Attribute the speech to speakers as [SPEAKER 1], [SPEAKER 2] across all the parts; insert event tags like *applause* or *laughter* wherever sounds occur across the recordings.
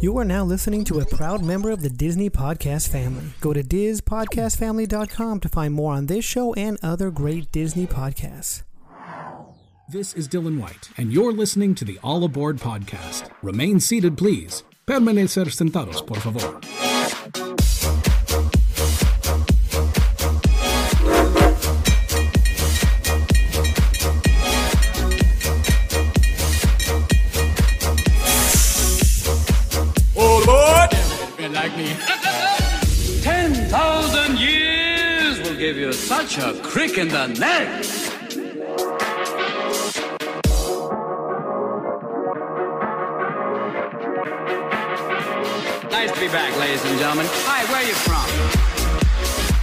[SPEAKER 1] You are now listening to a proud member of the Disney Podcast family. Go to DizPodcastFamily.com to find more on this show and other great Disney podcasts.
[SPEAKER 2] This is Dylan White, and you're listening to the All Aboard podcast. Remain seated, please. Permanecer sentados, por favor.
[SPEAKER 3] Oh Lord!
[SPEAKER 4] like me. *laughs* Ten thousand years will give you such a crick in the neck. Nice to be back, ladies and gentlemen. Hi, where are you from?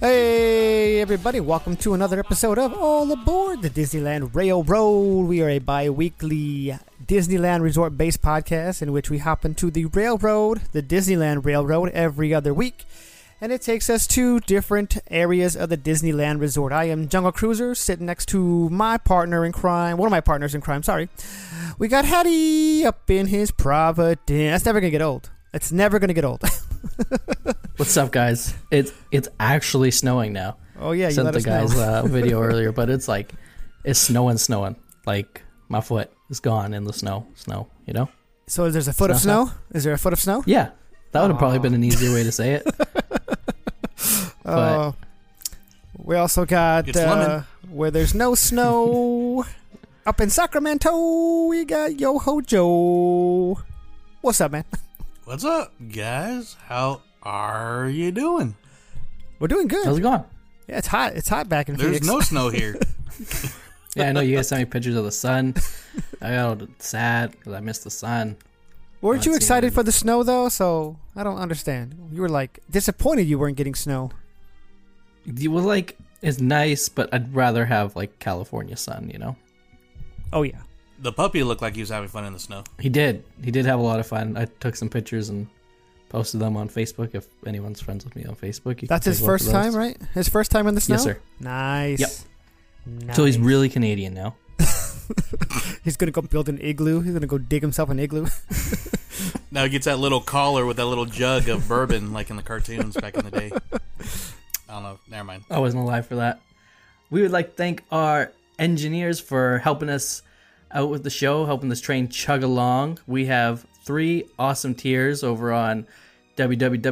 [SPEAKER 1] Hey, everybody, welcome to another episode of All Aboard the Disneyland Railroad. We are a bi weekly Disneyland resort based podcast in which we hop into the railroad, the Disneyland Railroad, every other week. And it takes us to different areas of the Disneyland resort. I am Jungle Cruiser, sitting next to my partner in crime, one of my partners in crime, sorry. We got Hattie up in his Providence. That's never going to get old. It's never going to get old. *laughs*
[SPEAKER 5] What's up, guys? It's it's actually snowing now.
[SPEAKER 1] oh, yeah, you
[SPEAKER 5] Sent
[SPEAKER 1] let
[SPEAKER 5] the
[SPEAKER 1] us know.
[SPEAKER 5] guys uh,
[SPEAKER 1] *laughs*
[SPEAKER 5] a video earlier, but it's like it's snowing, snowing. Like my foot is gone in the snow, snow. You know?
[SPEAKER 1] So there's a foot of
[SPEAKER 5] Snow.
[SPEAKER 1] snow? Is there a foot of snow?
[SPEAKER 5] Yeah, that would have probably been an easier way to
[SPEAKER 1] *laughs*
[SPEAKER 5] say it. but
[SPEAKER 1] Uh, we also got
[SPEAKER 3] It's lemon.
[SPEAKER 1] uh, where there's
[SPEAKER 3] *laughs*
[SPEAKER 1] no snow. Up in Sacramento, we got Yo Ho Joe. What's up, man? *laughs*
[SPEAKER 3] What's up, guys? How are you doing?
[SPEAKER 1] We're doing good.
[SPEAKER 5] how's it going?
[SPEAKER 1] Yeah, it's hot. It's hot back in
[SPEAKER 3] There's
[SPEAKER 1] Phoenix.
[SPEAKER 3] no
[SPEAKER 1] *laughs*
[SPEAKER 3] snow here.
[SPEAKER 5] Yeah, I know you guys sent me pictures of the sun. I got all sad because I missed the sun.
[SPEAKER 1] Weren't
[SPEAKER 5] not
[SPEAKER 1] you
[SPEAKER 5] seeing
[SPEAKER 1] excited
[SPEAKER 5] it.
[SPEAKER 1] for the snow though? So I don't understand. You were like disappointed you weren't getting snow.
[SPEAKER 5] It was like it's nice, but I'd rather have like California sun. You know?
[SPEAKER 1] Oh yeah.
[SPEAKER 3] The puppy looked like he was having fun in the snow.
[SPEAKER 5] He did. He did have a lot of fun. I took some pictures and posted them on Facebook. If anyone's friends with me on Facebook, you can
[SPEAKER 1] That's his
[SPEAKER 5] take a look at
[SPEAKER 1] first time,
[SPEAKER 5] those.
[SPEAKER 1] right? His first time in the snow.
[SPEAKER 5] Yes, sir.
[SPEAKER 1] Nice.
[SPEAKER 5] Yep.
[SPEAKER 1] Nice.
[SPEAKER 5] So he's really Canadian now.
[SPEAKER 1] He's gonna go build an igloo. He's gonna go dig himself an igloo.
[SPEAKER 3] Now he gets that little collar with that little jug of bourbon, like in the cartoons back in the day. I don't know. Never mind.
[SPEAKER 5] I wasn't alive for that. We would like to thank our engineers for helping us out with the show, helping this train chug along. We have three awesome tiers over on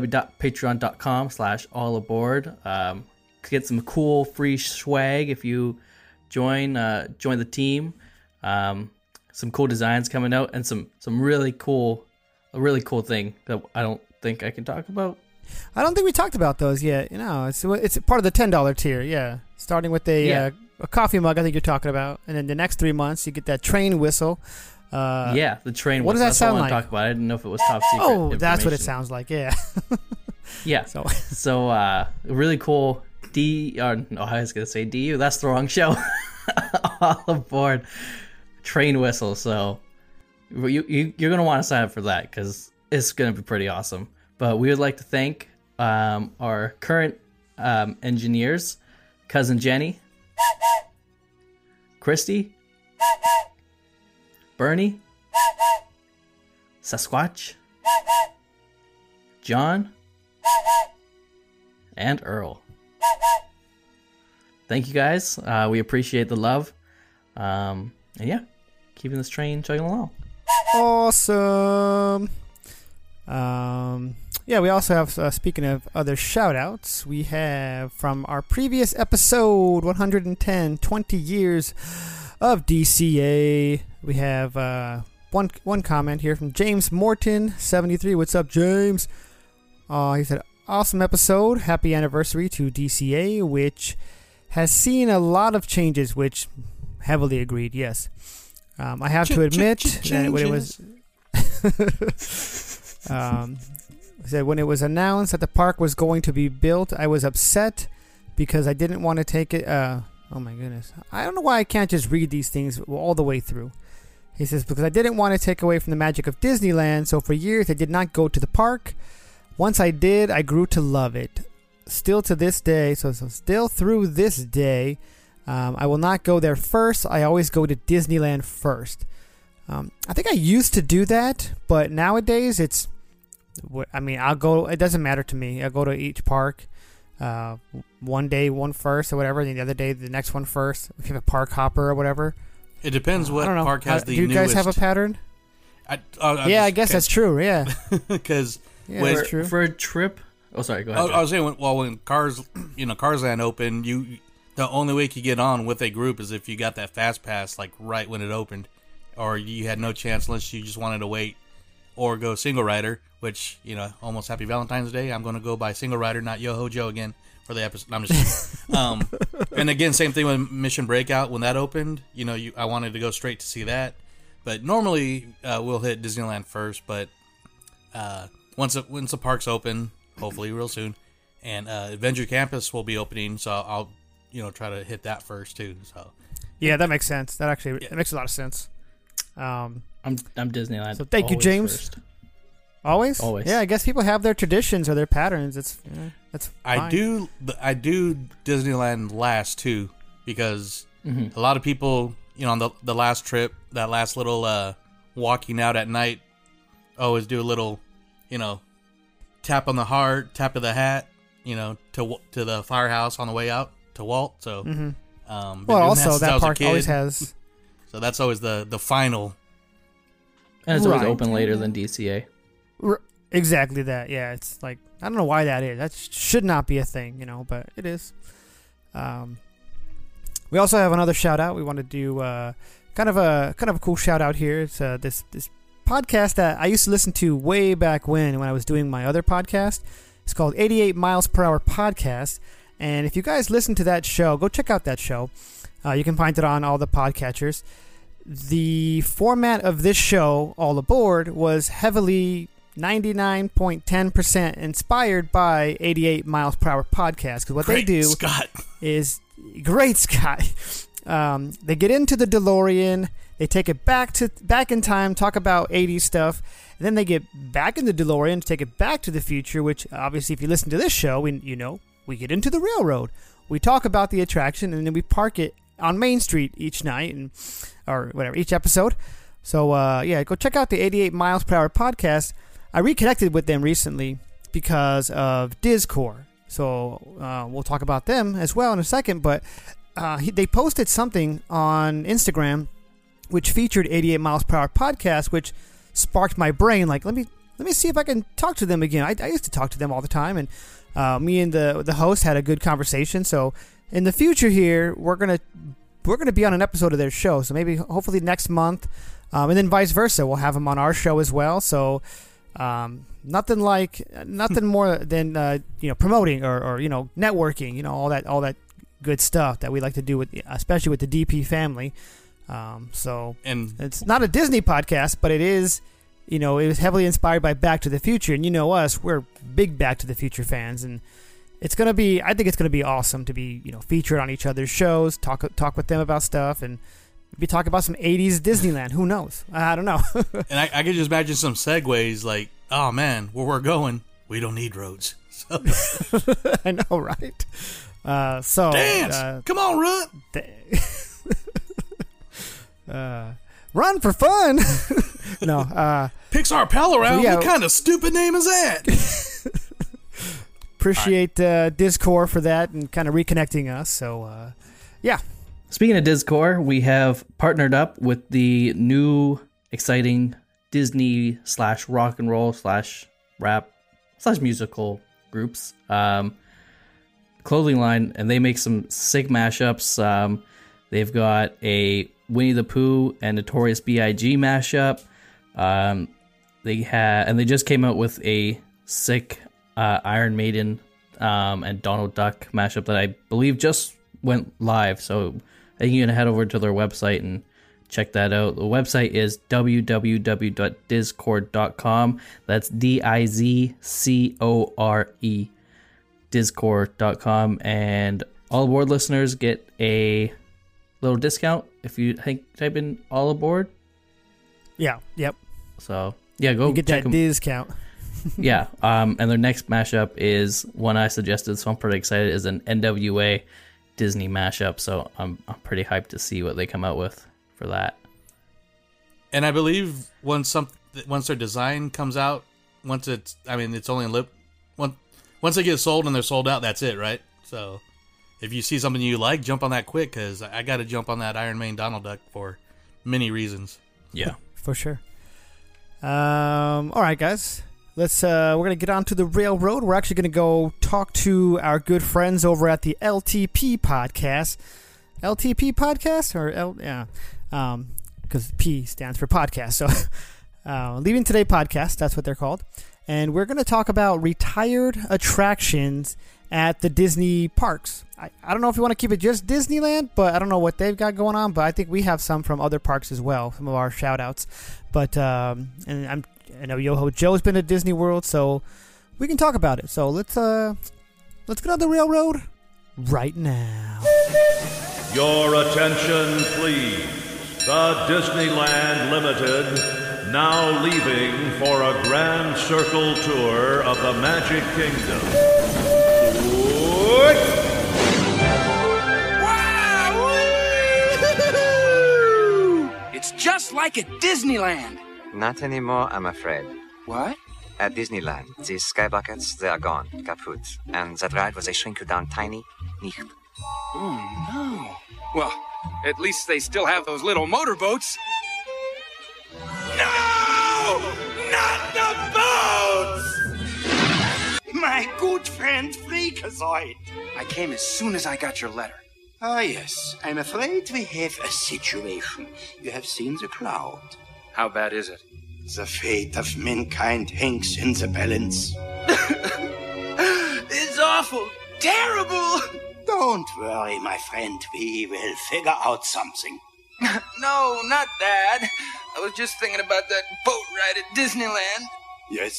[SPEAKER 5] www.patreon.com slash all aboard. Um, get some cool free swag if you join uh, join the team. Um, some cool designs coming out and some some really cool a really cool thing that I don't think I can talk about.
[SPEAKER 1] I don't think we talked about those yet. No, it's it's part of the ten dollar tier. Yeah, starting with a
[SPEAKER 5] Yeah.
[SPEAKER 1] uh, a coffee mug. I think you're talking about, and then the next three months you get that train whistle. Uh,
[SPEAKER 5] yeah, the train.
[SPEAKER 1] what does
[SPEAKER 5] was-
[SPEAKER 1] that
[SPEAKER 5] that's all
[SPEAKER 1] sound
[SPEAKER 5] I
[SPEAKER 1] like?
[SPEAKER 5] wanna Talk about. I didn't know if it was top secret.
[SPEAKER 1] Oh, that's what it
[SPEAKER 5] information.
[SPEAKER 1] sounds like. Yeah. *laughs*
[SPEAKER 5] Yeah.
[SPEAKER 1] So-
[SPEAKER 5] So, so uh, really cool. D. Or, no, I was gonna say DU. That's the wrong show. *laughs* all aboard. Train whistle. So you, you you're gonna want to sign up for that because it's gonna be pretty awesome. But we would like to thank um, our current um, engineers, cousin Jenny, Christy, Bernie, Sasquatch, John, and Earl. Thank you guys. Uh, we appreciate the love. Um, and yeah, keeping this train chugging along.
[SPEAKER 1] awesome. Um, yeah, we also have, uh, speaking of other shout outs, we have from our previous episode 110 20 years of DCA. We have uh, one, one comment here from James Morton, 73. What's up, James? Uh, he said, Awesome episode. Happy anniversary to DCA, which has seen a lot of changes, which heavily agreed, yes. Um, I have to admit that when it was *laughs* um, said when it was announced that the park was going to be built, I was upset because I didn't want to take it. Uh, oh my goodness! I don't know why I can't just read these things all the way through. He says because I didn't want to take away from the magic of Disneyland, so for years I did not go to the park. Once I did, I grew to love it. still to this day, so, so still through this day, um, I will not go there first. I always go to Disneyland first. Um, I think I used to do that, but nowadays it's. wh- I mean, I'll go. It doesn't matter to me. I go to each park. Uh, one day, one first or whatever. And the other day, the next one first. If you have a park hopper or whatever.
[SPEAKER 3] It depends what
[SPEAKER 1] I don't know.
[SPEAKER 3] park has
[SPEAKER 1] Uh,
[SPEAKER 3] the
[SPEAKER 1] do you guys
[SPEAKER 3] newest.
[SPEAKER 1] have a pattern?
[SPEAKER 3] I, uh,
[SPEAKER 1] yeah, I guess that's true.
[SPEAKER 3] *laughs*
[SPEAKER 1] Yeah,
[SPEAKER 3] because
[SPEAKER 1] yeah,
[SPEAKER 3] Wait,
[SPEAKER 1] that's
[SPEAKER 5] for,
[SPEAKER 1] true.
[SPEAKER 5] for a trip. Oh, sorry. Go
[SPEAKER 3] I,
[SPEAKER 5] ahead.
[SPEAKER 3] I was saying, when- well, when cars, *clears throat* you know, Carsland opened, you the only way you could get on with a group is if you got that fast pass like right when it opened, or you had no chance unless you just wanted to wait or go single rider. Which you know, almost Happy Valentine's Day. I'm going to go by single rider, not Yoho Joe again for the episode. No, I'm just,
[SPEAKER 5] *laughs*
[SPEAKER 3] kidding. um, and again, same thing with Mission Breakout when that opened. You know, you I wanted to go straight to see that, but normally uh, we'll hit Disneyland first, but uh, once it, once the park's open, hopefully real soon, and uh, Adventure Campus will be opening, so I'll you know try to hit that first too. So
[SPEAKER 1] Yeah, that makes sense. That actually that makes a lot of sense. Um,
[SPEAKER 5] I'm I'm Disneyland.
[SPEAKER 1] So thank you,
[SPEAKER 5] always
[SPEAKER 1] James.
[SPEAKER 5] first.
[SPEAKER 1] always,
[SPEAKER 5] Always.
[SPEAKER 1] Yeah, I guess people have their traditions or their patterns. It's yeah, that's.
[SPEAKER 3] I
[SPEAKER 1] fine.
[SPEAKER 3] do I do Disneyland last too because
[SPEAKER 1] Mm-hmm.
[SPEAKER 3] a lot of people you know on the the last trip that last little uh, walking out at night always do a little you know tap on the heart tap of the hat you know to Wa- to the firehouse on the way out to Walt so. Um, been
[SPEAKER 1] Mm-hmm. Well,
[SPEAKER 3] doing since
[SPEAKER 1] also
[SPEAKER 3] I
[SPEAKER 1] that
[SPEAKER 3] was a
[SPEAKER 1] park always
[SPEAKER 3] kid.
[SPEAKER 1] has.
[SPEAKER 3] So that's always the the final.
[SPEAKER 5] And it's
[SPEAKER 1] Right.
[SPEAKER 5] always open later than DCA.
[SPEAKER 1] R- exactly that. Yeah, it's like I don't know why that is. That sh- should not be a thing, you know, but it is. Um, we also have another shout out. We want to do uh, kind of a kind of a cool shout out here. It's uh, this this podcast that I used to listen to way back when when I was doing my other podcast. It's called 88 Miles Per Hour Podcast. And if you guys listen to that show, go check out that show. Uh, you can find it on all the podcatchers the format of this show, All Aboard, was heavily 99.10% inspired by 88 miles per hour podcast. Because what
[SPEAKER 3] Great
[SPEAKER 1] they do
[SPEAKER 3] Scott.
[SPEAKER 1] is great, *laughs* Scott. Um, they get into the DeLorean, they take it back to back in time, talk about 80s stuff, and then they get back in the DeLorean, take it back to the future. Which obviously, if you listen to this show, we, you know we get into the railroad, we talk about the attraction, and then we park it on Main Street each night and or whatever each episode. So uh, yeah, go check out the 88 miles per hour podcast. I reconnected with them recently because of Discord. So uh, we'll talk about them as well in a second. But uh, he, they posted something on Instagram which featured 88 miles per hour podcast, which sparked my brain. Like, let me let me see if I can talk to them again. I, I used to talk to them all the time, and uh, me and the the host had a good conversation. So in the future here, we're gonna we're gonna be on an episode of their show. So maybe hopefully next month, um, and then vice versa, we'll have them on our show as well. So. Um, nothing like nothing more than uh, you know promoting or, or you know networking you know all that all that good stuff that we like to do with especially with the DP family um, so
[SPEAKER 3] And
[SPEAKER 1] it's not a Disney podcast, but it is, you know, it was heavily inspired by Back to the Future. And you know us, we're big Back to the Future fans. And it's going to be, I think it's going to be awesome to be, you know, featured on each other's shows, talk talk with them about stuff, and maybe talk about some 80s Disneyland. Who knows? I don't know. *laughs*
[SPEAKER 3] and I, I could just imagine some segues like, oh man, where we're going, we don't need roads. So
[SPEAKER 1] *laughs* I know, right? Uh, so,
[SPEAKER 3] dance,
[SPEAKER 1] uh,
[SPEAKER 3] come on, run.
[SPEAKER 1] da- *laughs* uh, run for fun. *laughs* no, uh,
[SPEAKER 3] Pixar Pal around.
[SPEAKER 1] yeah.
[SPEAKER 3] what kind of stupid name is that? *laughs*
[SPEAKER 1] appreciate uh, Discord for that and kind of reconnecting us. So, uh, yeah.
[SPEAKER 5] Speaking of Discord, we have partnered up with the new exciting Disney slash rock and roll slash rap slash musical groups um, clothing line, and they make some sick mashups. Um, they've got a Winnie the Pooh and Notorious B.I.G. mashup. Um, they had, and they just came out with a sick uh, Iron Maiden um, and Donald Duck mashup that I believe just went live. So I think you can head over to their website and check that out. The website is www.discord.com. That's D I Z C O R E, discord.com. And all aboard listeners get a little discount if you think type in all aboard.
[SPEAKER 1] Yeah. Yep.
[SPEAKER 5] So yeah, go
[SPEAKER 1] You get that
[SPEAKER 5] check them.
[SPEAKER 1] discount.
[SPEAKER 5] yeah. Um, and their next mashup is one I suggested, so I'm pretty excited. Is an NWA Disney mashup, so I'm I'm pretty hyped to see what they come out with for that.
[SPEAKER 3] And I believe once some once their design comes out, once it's I mean it's only lip once once they get sold and they're sold out, that's it, right? So if you see something you like, jump on that quick because I got to jump on that Iron Man Donald Duck for many reasons.
[SPEAKER 5] Yeah.
[SPEAKER 1] for sure. Um, all right, guys. Let's. Uh, we're gonna get on to the railroad. We're actually gonna go talk to our good friends over at the LTP podcast. LTP podcast or L? Yeah, because P stands for podcast. So, *laughs* uh, leaving today podcast. That's what they're called. And we're gonna talk about retired attractions at the Disney parks. I, I don't know if you want to keep it just Disneyland, but I don't know what they've got going on. But I think we have some from other parks as well. Some of our shout outs. But um, and I'm I know Yoho Joe's been to Disney World, so we can talk about it. So let's uh let's get on the railroad right now.
[SPEAKER 6] Your attention, please. The Disneyland Limited now leaving for a grand circle tour of the Magic Kingdom.
[SPEAKER 7] *laughs*
[SPEAKER 4] It's just like at Disneyland.
[SPEAKER 8] Not anymore, I'm afraid.
[SPEAKER 4] What?
[SPEAKER 8] At Disneyland, these sky buckets, they are gone, kaput. And that ride was a shrink you down tiny, nicht.
[SPEAKER 4] Oh. Well, at least they still have those little motorboats. No! Not the boats! My good friend Freakazoid. I came as soon as I got your letter.
[SPEAKER 9] Ah, yes. I'm afraid we have a situation. You have seen the cloud.
[SPEAKER 4] How bad is it?
[SPEAKER 9] The fate of mankind hangs in the balance.
[SPEAKER 4] *laughs* It's awful! Terrible!
[SPEAKER 9] Don't worry, my friend. We will figure out something.
[SPEAKER 4] *laughs* No, not that. I was just thinking about that boat ride at Disneyland.
[SPEAKER 9] Yes,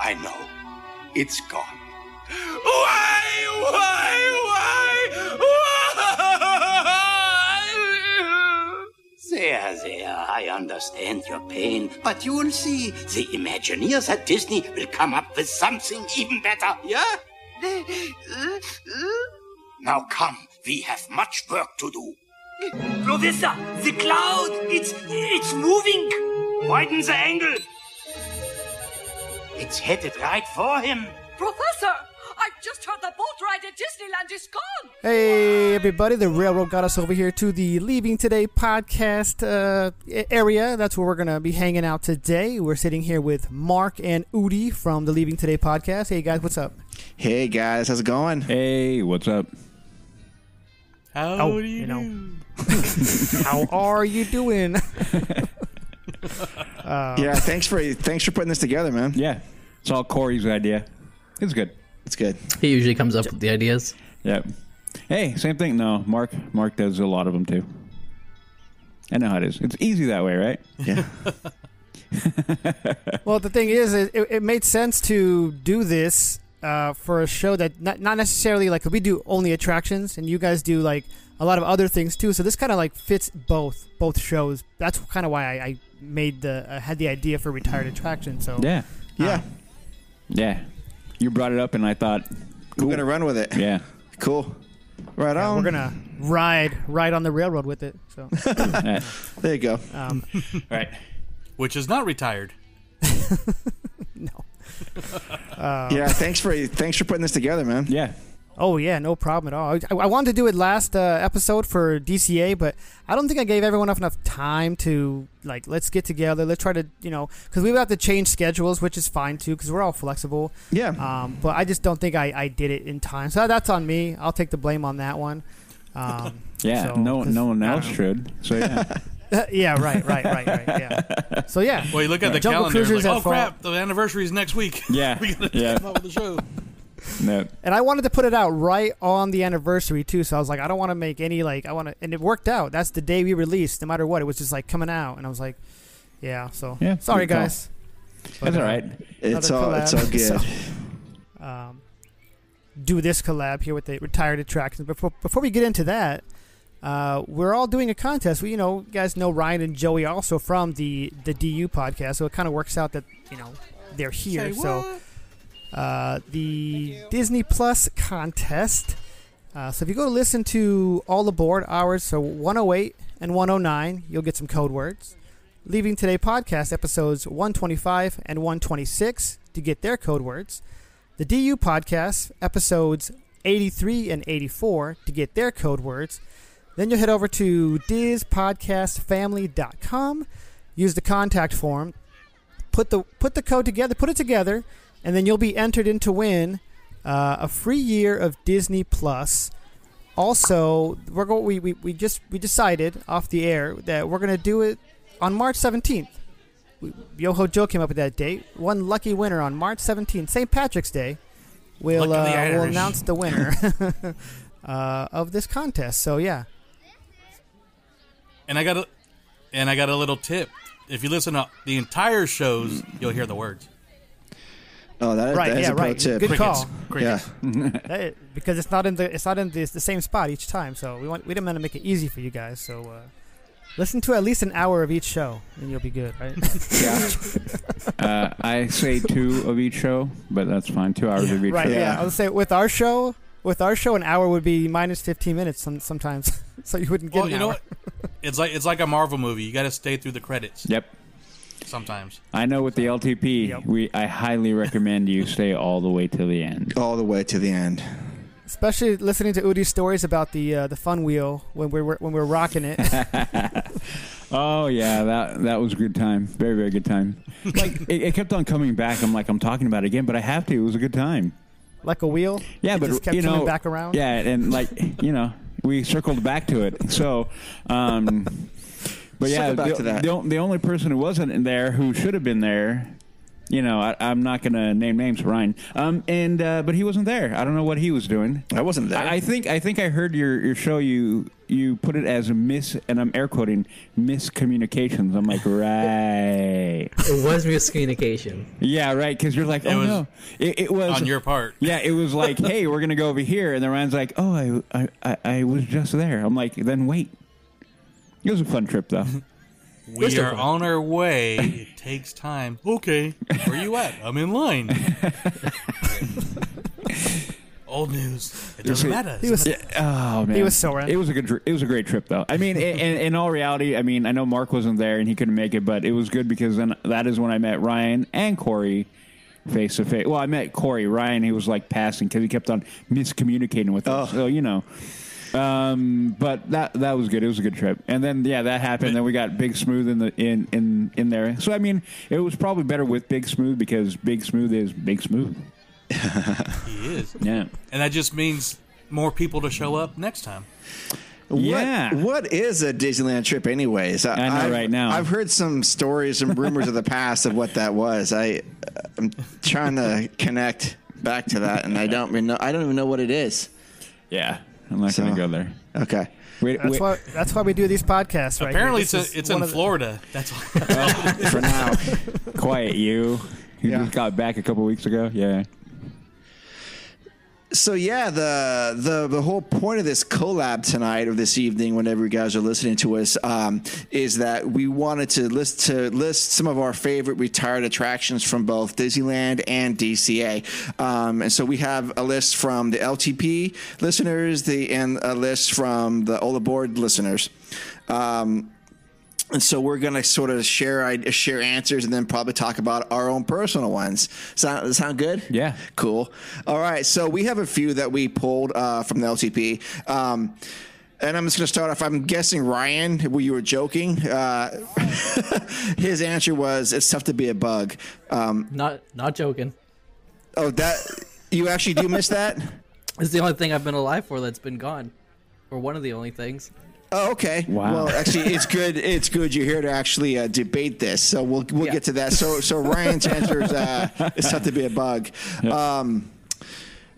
[SPEAKER 9] I know. It's gone.
[SPEAKER 4] Why? Why? Why? Why?
[SPEAKER 9] There, there. I understand your pain. But you'll see. The Imagineers at Disney will come up with something even better. Yeah? Now come. We have much work to do.
[SPEAKER 10] Professor, the cloud, it's it's moving. Widen the angle.
[SPEAKER 9] It's headed right for him.
[SPEAKER 11] Professor, I've just heard the boat ride at Disneyland is gone.
[SPEAKER 1] Hey everybody, the railroad got us over here to the Leaving Today podcast uh, a- area. That's where we're gonna be hanging out today. We're sitting here with Mark and Udi from the Leaving Today podcast. Hey guys, what's up?
[SPEAKER 7] Hey guys, how's it going?
[SPEAKER 12] Hey, what's up?
[SPEAKER 3] How
[SPEAKER 1] Oh,
[SPEAKER 3] do you,
[SPEAKER 1] you know.
[SPEAKER 3] do?
[SPEAKER 1] *laughs* How are you doing?
[SPEAKER 7] yeah, thanks for thanks for putting this together, man.
[SPEAKER 12] Yeah, it's all Corey's idea. It's good.
[SPEAKER 7] It's good.
[SPEAKER 5] He usually comes up with the ideas.
[SPEAKER 12] Yeah. Hey, same thing. No, Mark. Mark does a lot of them too. I know how it is. It's easy that way, right?
[SPEAKER 7] Yeah.
[SPEAKER 1] Well, the thing is, it, it made sense to do this uh, for a show that not, not necessarily like we do only attractions, and you guys do like a lot of other things too. So this kind of like fits both both shows. That's kind of why I, I made the uh, had the idea for retired attraction. So
[SPEAKER 12] Yeah.
[SPEAKER 7] Yeah.
[SPEAKER 12] Yeah. You brought it up, and I thought,
[SPEAKER 7] We're gonna run with it.
[SPEAKER 12] yeah,
[SPEAKER 7] *laughs* Cool. Right
[SPEAKER 1] uh,
[SPEAKER 7] on.
[SPEAKER 1] we're gonna ride ride on the railroad with it. So
[SPEAKER 12] Yeah.
[SPEAKER 7] There you go.
[SPEAKER 12] all right.
[SPEAKER 3] Which is not retired.
[SPEAKER 1] no,
[SPEAKER 7] yeah, thanks for thanks for putting this together, man.
[SPEAKER 12] Yeah.
[SPEAKER 1] oh yeah, no problem at all. I, I wanted to do it last uh, episode for DCA, but I don't think I gave everyone enough time to like let's get together. Let's try to you know because we would have to change schedules, which is fine too because we're all flexible.
[SPEAKER 7] Yeah.
[SPEAKER 1] Um, but I just don't think I, I did it in time. So that's on me. I'll take the blame on that one. Um,
[SPEAKER 12] *laughs* Yeah.
[SPEAKER 1] so-
[SPEAKER 12] no.
[SPEAKER 1] 'cause-
[SPEAKER 12] No one
[SPEAKER 1] I don't
[SPEAKER 12] else
[SPEAKER 1] know.
[SPEAKER 12] should. So yeah.
[SPEAKER 1] *laughs* yeah, right, right, right, right.
[SPEAKER 12] *laughs*
[SPEAKER 1] Yeah. So yeah.
[SPEAKER 3] Well, you look at the
[SPEAKER 1] Jungle
[SPEAKER 3] calendar.
[SPEAKER 1] Cruiser's
[SPEAKER 3] It's like,
[SPEAKER 1] at
[SPEAKER 3] oh
[SPEAKER 1] fault.
[SPEAKER 3] crap! The anniversary is next week.
[SPEAKER 12] Yeah.
[SPEAKER 3] *laughs* we gotta
[SPEAKER 12] Yeah.
[SPEAKER 3] come up with the show.
[SPEAKER 12] no.
[SPEAKER 1] And I wanted to put it out right on the anniversary too. So I was like, I don't want to make any like I want to, and it worked out. That's the day we released. No matter what, it was just like coming out, and I was like, yeah. So
[SPEAKER 12] Yeah,
[SPEAKER 1] sorry
[SPEAKER 12] good call.
[SPEAKER 1] guys.
[SPEAKER 12] That's all right.
[SPEAKER 7] It's
[SPEAKER 1] Another
[SPEAKER 7] all it's all
[SPEAKER 1] *laughs*
[SPEAKER 7] good.
[SPEAKER 1] collab. um, do this collab here with the retired attractions. Before before we get into that, uh, we're all doing a contest. We, you know, you guys know Ryan and Joey are also from the the DU podcast, so it kind of works out that you know they're here.
[SPEAKER 13] Say
[SPEAKER 1] so uh, the Disney Plus contest. Uh, so if you go to listen to all aboard hours, so 108 and 109, you'll get some code words. Leaving today podcast episodes 125 and 126 to get their code words. The DU podcast episodes 83 and 84 to get their code words. Then you'll head over to dispodcastfamily.com, use the contact form, put the put the code together, put it together, and then you'll be entered in to win uh, a free year of Disney Plus. Also, we're going. We, we, we just we decided off the air that we're going to do it on March seventeenth. Yoho Joe came up with that date. One lucky winner on March seventeenth, St. Patrick's Day. We'll
[SPEAKER 3] Luck of the
[SPEAKER 1] uh, we'll
[SPEAKER 3] Irish.
[SPEAKER 1] announce the winner *laughs* uh, of this contest. So yeah,
[SPEAKER 3] And I got a, and I got a little tip. If you listen to the entire shows, you'll hear the words.
[SPEAKER 7] Oh, that,
[SPEAKER 1] Right,
[SPEAKER 7] that is
[SPEAKER 1] yeah,
[SPEAKER 7] a pro
[SPEAKER 1] right.
[SPEAKER 7] tip.
[SPEAKER 1] Good call. Crickets,
[SPEAKER 7] Yeah.
[SPEAKER 1] That- because it's not in the it's not in the, the same spot each time. So we want we didn't want to make it easy for you guys. So uh, listen to at least an hour of each show, and you'll be good,
[SPEAKER 3] *laughs*
[SPEAKER 1] right? *laughs*
[SPEAKER 12] Yeah. *laughs* uh, I say two of each show, but that's fine. Two hours of each
[SPEAKER 1] right.
[SPEAKER 12] show.
[SPEAKER 1] Yeah. I would say with our show, with our show, an hour would be minus fifteen minutes some, sometimes, *laughs* so you wouldn't get
[SPEAKER 3] Well,
[SPEAKER 1] an
[SPEAKER 3] you know
[SPEAKER 1] hour.
[SPEAKER 3] what? It's like it's like a Marvel movie. You got to stay through the credits.
[SPEAKER 12] Yep.
[SPEAKER 3] Sometimes.
[SPEAKER 12] I know with the LTP, we I highly recommend you stay all the way to the end.
[SPEAKER 7] All the way to the end.
[SPEAKER 1] Especially listening to Udi's stories about the uh, the fun wheel when we were when we were rocking it. *laughs*
[SPEAKER 12] oh yeah, that that was a good time. Very very good
[SPEAKER 1] *laughs*
[SPEAKER 12] time. Like it, it kept on coming back. I'm like I'm talking about it again, but I have to. It was a good time.
[SPEAKER 1] like a wheel.
[SPEAKER 12] Yeah,
[SPEAKER 1] It
[SPEAKER 12] but
[SPEAKER 1] just kept
[SPEAKER 12] you know,
[SPEAKER 1] coming back around.
[SPEAKER 12] Yeah, and like you know, we circled back to it. So, um, but yeah,
[SPEAKER 7] Circle back
[SPEAKER 12] the,
[SPEAKER 7] to that.
[SPEAKER 12] the on- the only person who wasn't in there who should have been there, you know, I, I'm not gonna name names, Ryan. Um, and uh, but he wasn't there. I don't know what he was doing.
[SPEAKER 7] I wasn't there.
[SPEAKER 12] I, I think I think I heard your your show. You you put it as a miss, and I'm air quoting miscommunications. I'm like right.
[SPEAKER 5] It was miscommunication.
[SPEAKER 12] Yeah, right. Because you're like,
[SPEAKER 5] It
[SPEAKER 12] oh
[SPEAKER 5] was
[SPEAKER 12] no, it, it was
[SPEAKER 5] on your
[SPEAKER 3] part.
[SPEAKER 12] *laughs* Yeah, it was like, hey, we're gonna go over here, and then Ryan's like, oh, I, I, I, I was just there. I'm like, then wait. It was a fun trip though.
[SPEAKER 3] We are
[SPEAKER 1] *laughs*
[SPEAKER 3] on our way. It takes time. Okay, where you at? I'm in line.
[SPEAKER 1] *laughs*
[SPEAKER 3] Old news. It doesn't matter.
[SPEAKER 1] He was-
[SPEAKER 12] Yeah, oh man,
[SPEAKER 1] He was so right.
[SPEAKER 12] It was a good. tri- It was a great trip though. I mean, in, in, in all reality, I mean, I know Mark wasn't there and he couldn't make it, but it was good because then that is when I met Ryan and Corey face to face. Well, I met Corey. Ryan, he was like passing because he kept on miscommunicating with us.
[SPEAKER 7] Oh.
[SPEAKER 12] So you know. Um, but that that was good. It was a good trip, and then yeah, that happened. Then we got Big Smooth in the in in in there. So I mean, it was probably better with Big Smooth because Big Smooth is Big Smooth.
[SPEAKER 3] He is.
[SPEAKER 12] Yeah.
[SPEAKER 3] And that just means more people to show up next time.
[SPEAKER 7] What, What is a Disneyland trip, anyways? I,
[SPEAKER 3] know
[SPEAKER 7] I've-
[SPEAKER 3] right now.
[SPEAKER 7] I've heard some stories and rumors of the past of what that was. I, I'm trying to connect back to that, and I don't even know. I don't even know what it is.
[SPEAKER 12] Yeah, I'm not
[SPEAKER 7] gonna
[SPEAKER 12] go there.
[SPEAKER 7] Okay.
[SPEAKER 1] That's why that's why we do these podcasts, right?
[SPEAKER 3] Apparently,
[SPEAKER 1] here.
[SPEAKER 3] it's,
[SPEAKER 1] This is
[SPEAKER 3] a, it's
[SPEAKER 1] one
[SPEAKER 3] in
[SPEAKER 1] of the-
[SPEAKER 3] Florida. That's why.
[SPEAKER 7] for now.
[SPEAKER 12] uh, Quiet you. You just got back a couple weeks ago. Yeah.
[SPEAKER 7] So yeah, the the the whole point of this collab tonight or this evening, whenever you guys are listening to us, um, is that we wanted to list to list some of our favorite retired attractions from both Disneyland and DCA, um, and so we have a list from the LTP listeners, the and a list from the All Aboard listeners. Um, and so we're going to sort of share I- share answers and then probably talk about our own personal ones. Sound sound good?
[SPEAKER 12] Yeah.
[SPEAKER 7] Cool. All right. So we have a few that we pulled uh, from the LTP. Um, and I'm just going to start off. I'm guessing Ryan, where you were joking, uh, *laughs* his answer was, "It's tough to be a bug." Um,
[SPEAKER 5] not not joking.
[SPEAKER 7] Oh, that you actually do miss that.
[SPEAKER 5] It's the only thing I've been alive for that's been gone, or one of the only things.
[SPEAKER 7] Oh, okay.
[SPEAKER 5] Wow.
[SPEAKER 7] Well, actually, it's good. It's good you're here to actually uh, debate this. So we'll we'll get to that. So so
[SPEAKER 12] *laughs*
[SPEAKER 7] Ryan's answer is uh, it's tough to be a bug. Um,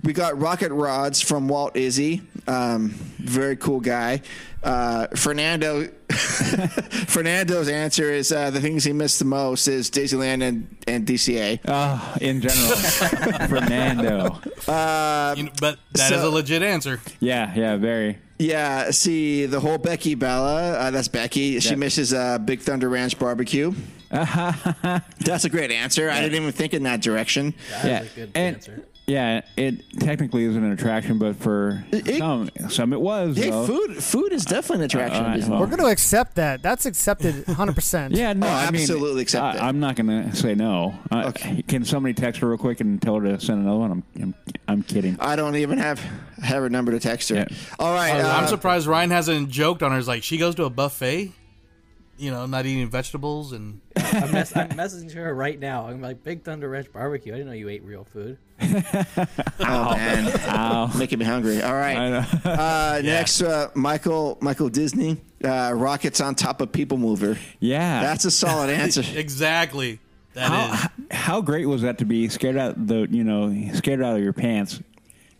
[SPEAKER 7] we got rocket rods from Walt Izzy, um, very cool guy. Uh, Fernando *laughs* Fernando's answer is uh, the things he missed the most is Disneyland and, and DCA.
[SPEAKER 12] Uh, in
[SPEAKER 7] *laughs*
[SPEAKER 12] general, Fernando.
[SPEAKER 7] Uh,
[SPEAKER 1] Um,
[SPEAKER 3] *laughs* but that is
[SPEAKER 7] so-
[SPEAKER 3] a legit answer.
[SPEAKER 12] Yeah. Yeah. Very.
[SPEAKER 7] Yeah, see the whole Becky Bella. Uh, that's Becky. She
[SPEAKER 12] Yeah. *laughs*
[SPEAKER 7] misses uh, Big Thunder Ranch barbecue. That's a great answer. I didn't even think in that direction.
[SPEAKER 12] and, Yeah, it technically isn't an attraction, but for some, some it was.
[SPEAKER 7] Hey,
[SPEAKER 12] though.
[SPEAKER 7] food food is definitely an attraction.
[SPEAKER 12] All right,
[SPEAKER 7] business.
[SPEAKER 12] well.
[SPEAKER 1] We're going to accept that. That's
[SPEAKER 12] *laughs*
[SPEAKER 1] accepted 100%.
[SPEAKER 12] Yeah, no, I mean,
[SPEAKER 7] Oh, absolutely accept
[SPEAKER 12] I,
[SPEAKER 7] it.
[SPEAKER 12] I'm not going to say no. okay. Can somebody text her real quick and tell her to send another one? I'm, I'm, I'm kidding.
[SPEAKER 7] I don't even have have her number to text her. All right,
[SPEAKER 12] Oh,
[SPEAKER 3] Uh, I'm
[SPEAKER 7] uh,
[SPEAKER 3] surprised Ryan hasn't joked on her. It's like she goes to a buffet, you know, not eating vegetables and
[SPEAKER 5] I'm, mess- I'm messaging her right now. I'm like, Big Thunder Ranch Barbecue. I didn't know you ate real food.
[SPEAKER 7] Oh man, making me hungry. All right,
[SPEAKER 12] *laughs*
[SPEAKER 7] uh, next uh, Michael Michael Disney uh, rockets on top of People Mover.
[SPEAKER 12] Yeah,
[SPEAKER 7] that's
[SPEAKER 12] *laughs*
[SPEAKER 7] a solid answer.
[SPEAKER 3] exactly. That is.
[SPEAKER 12] how, h- how great was that to be scared out the you know scared out of your pants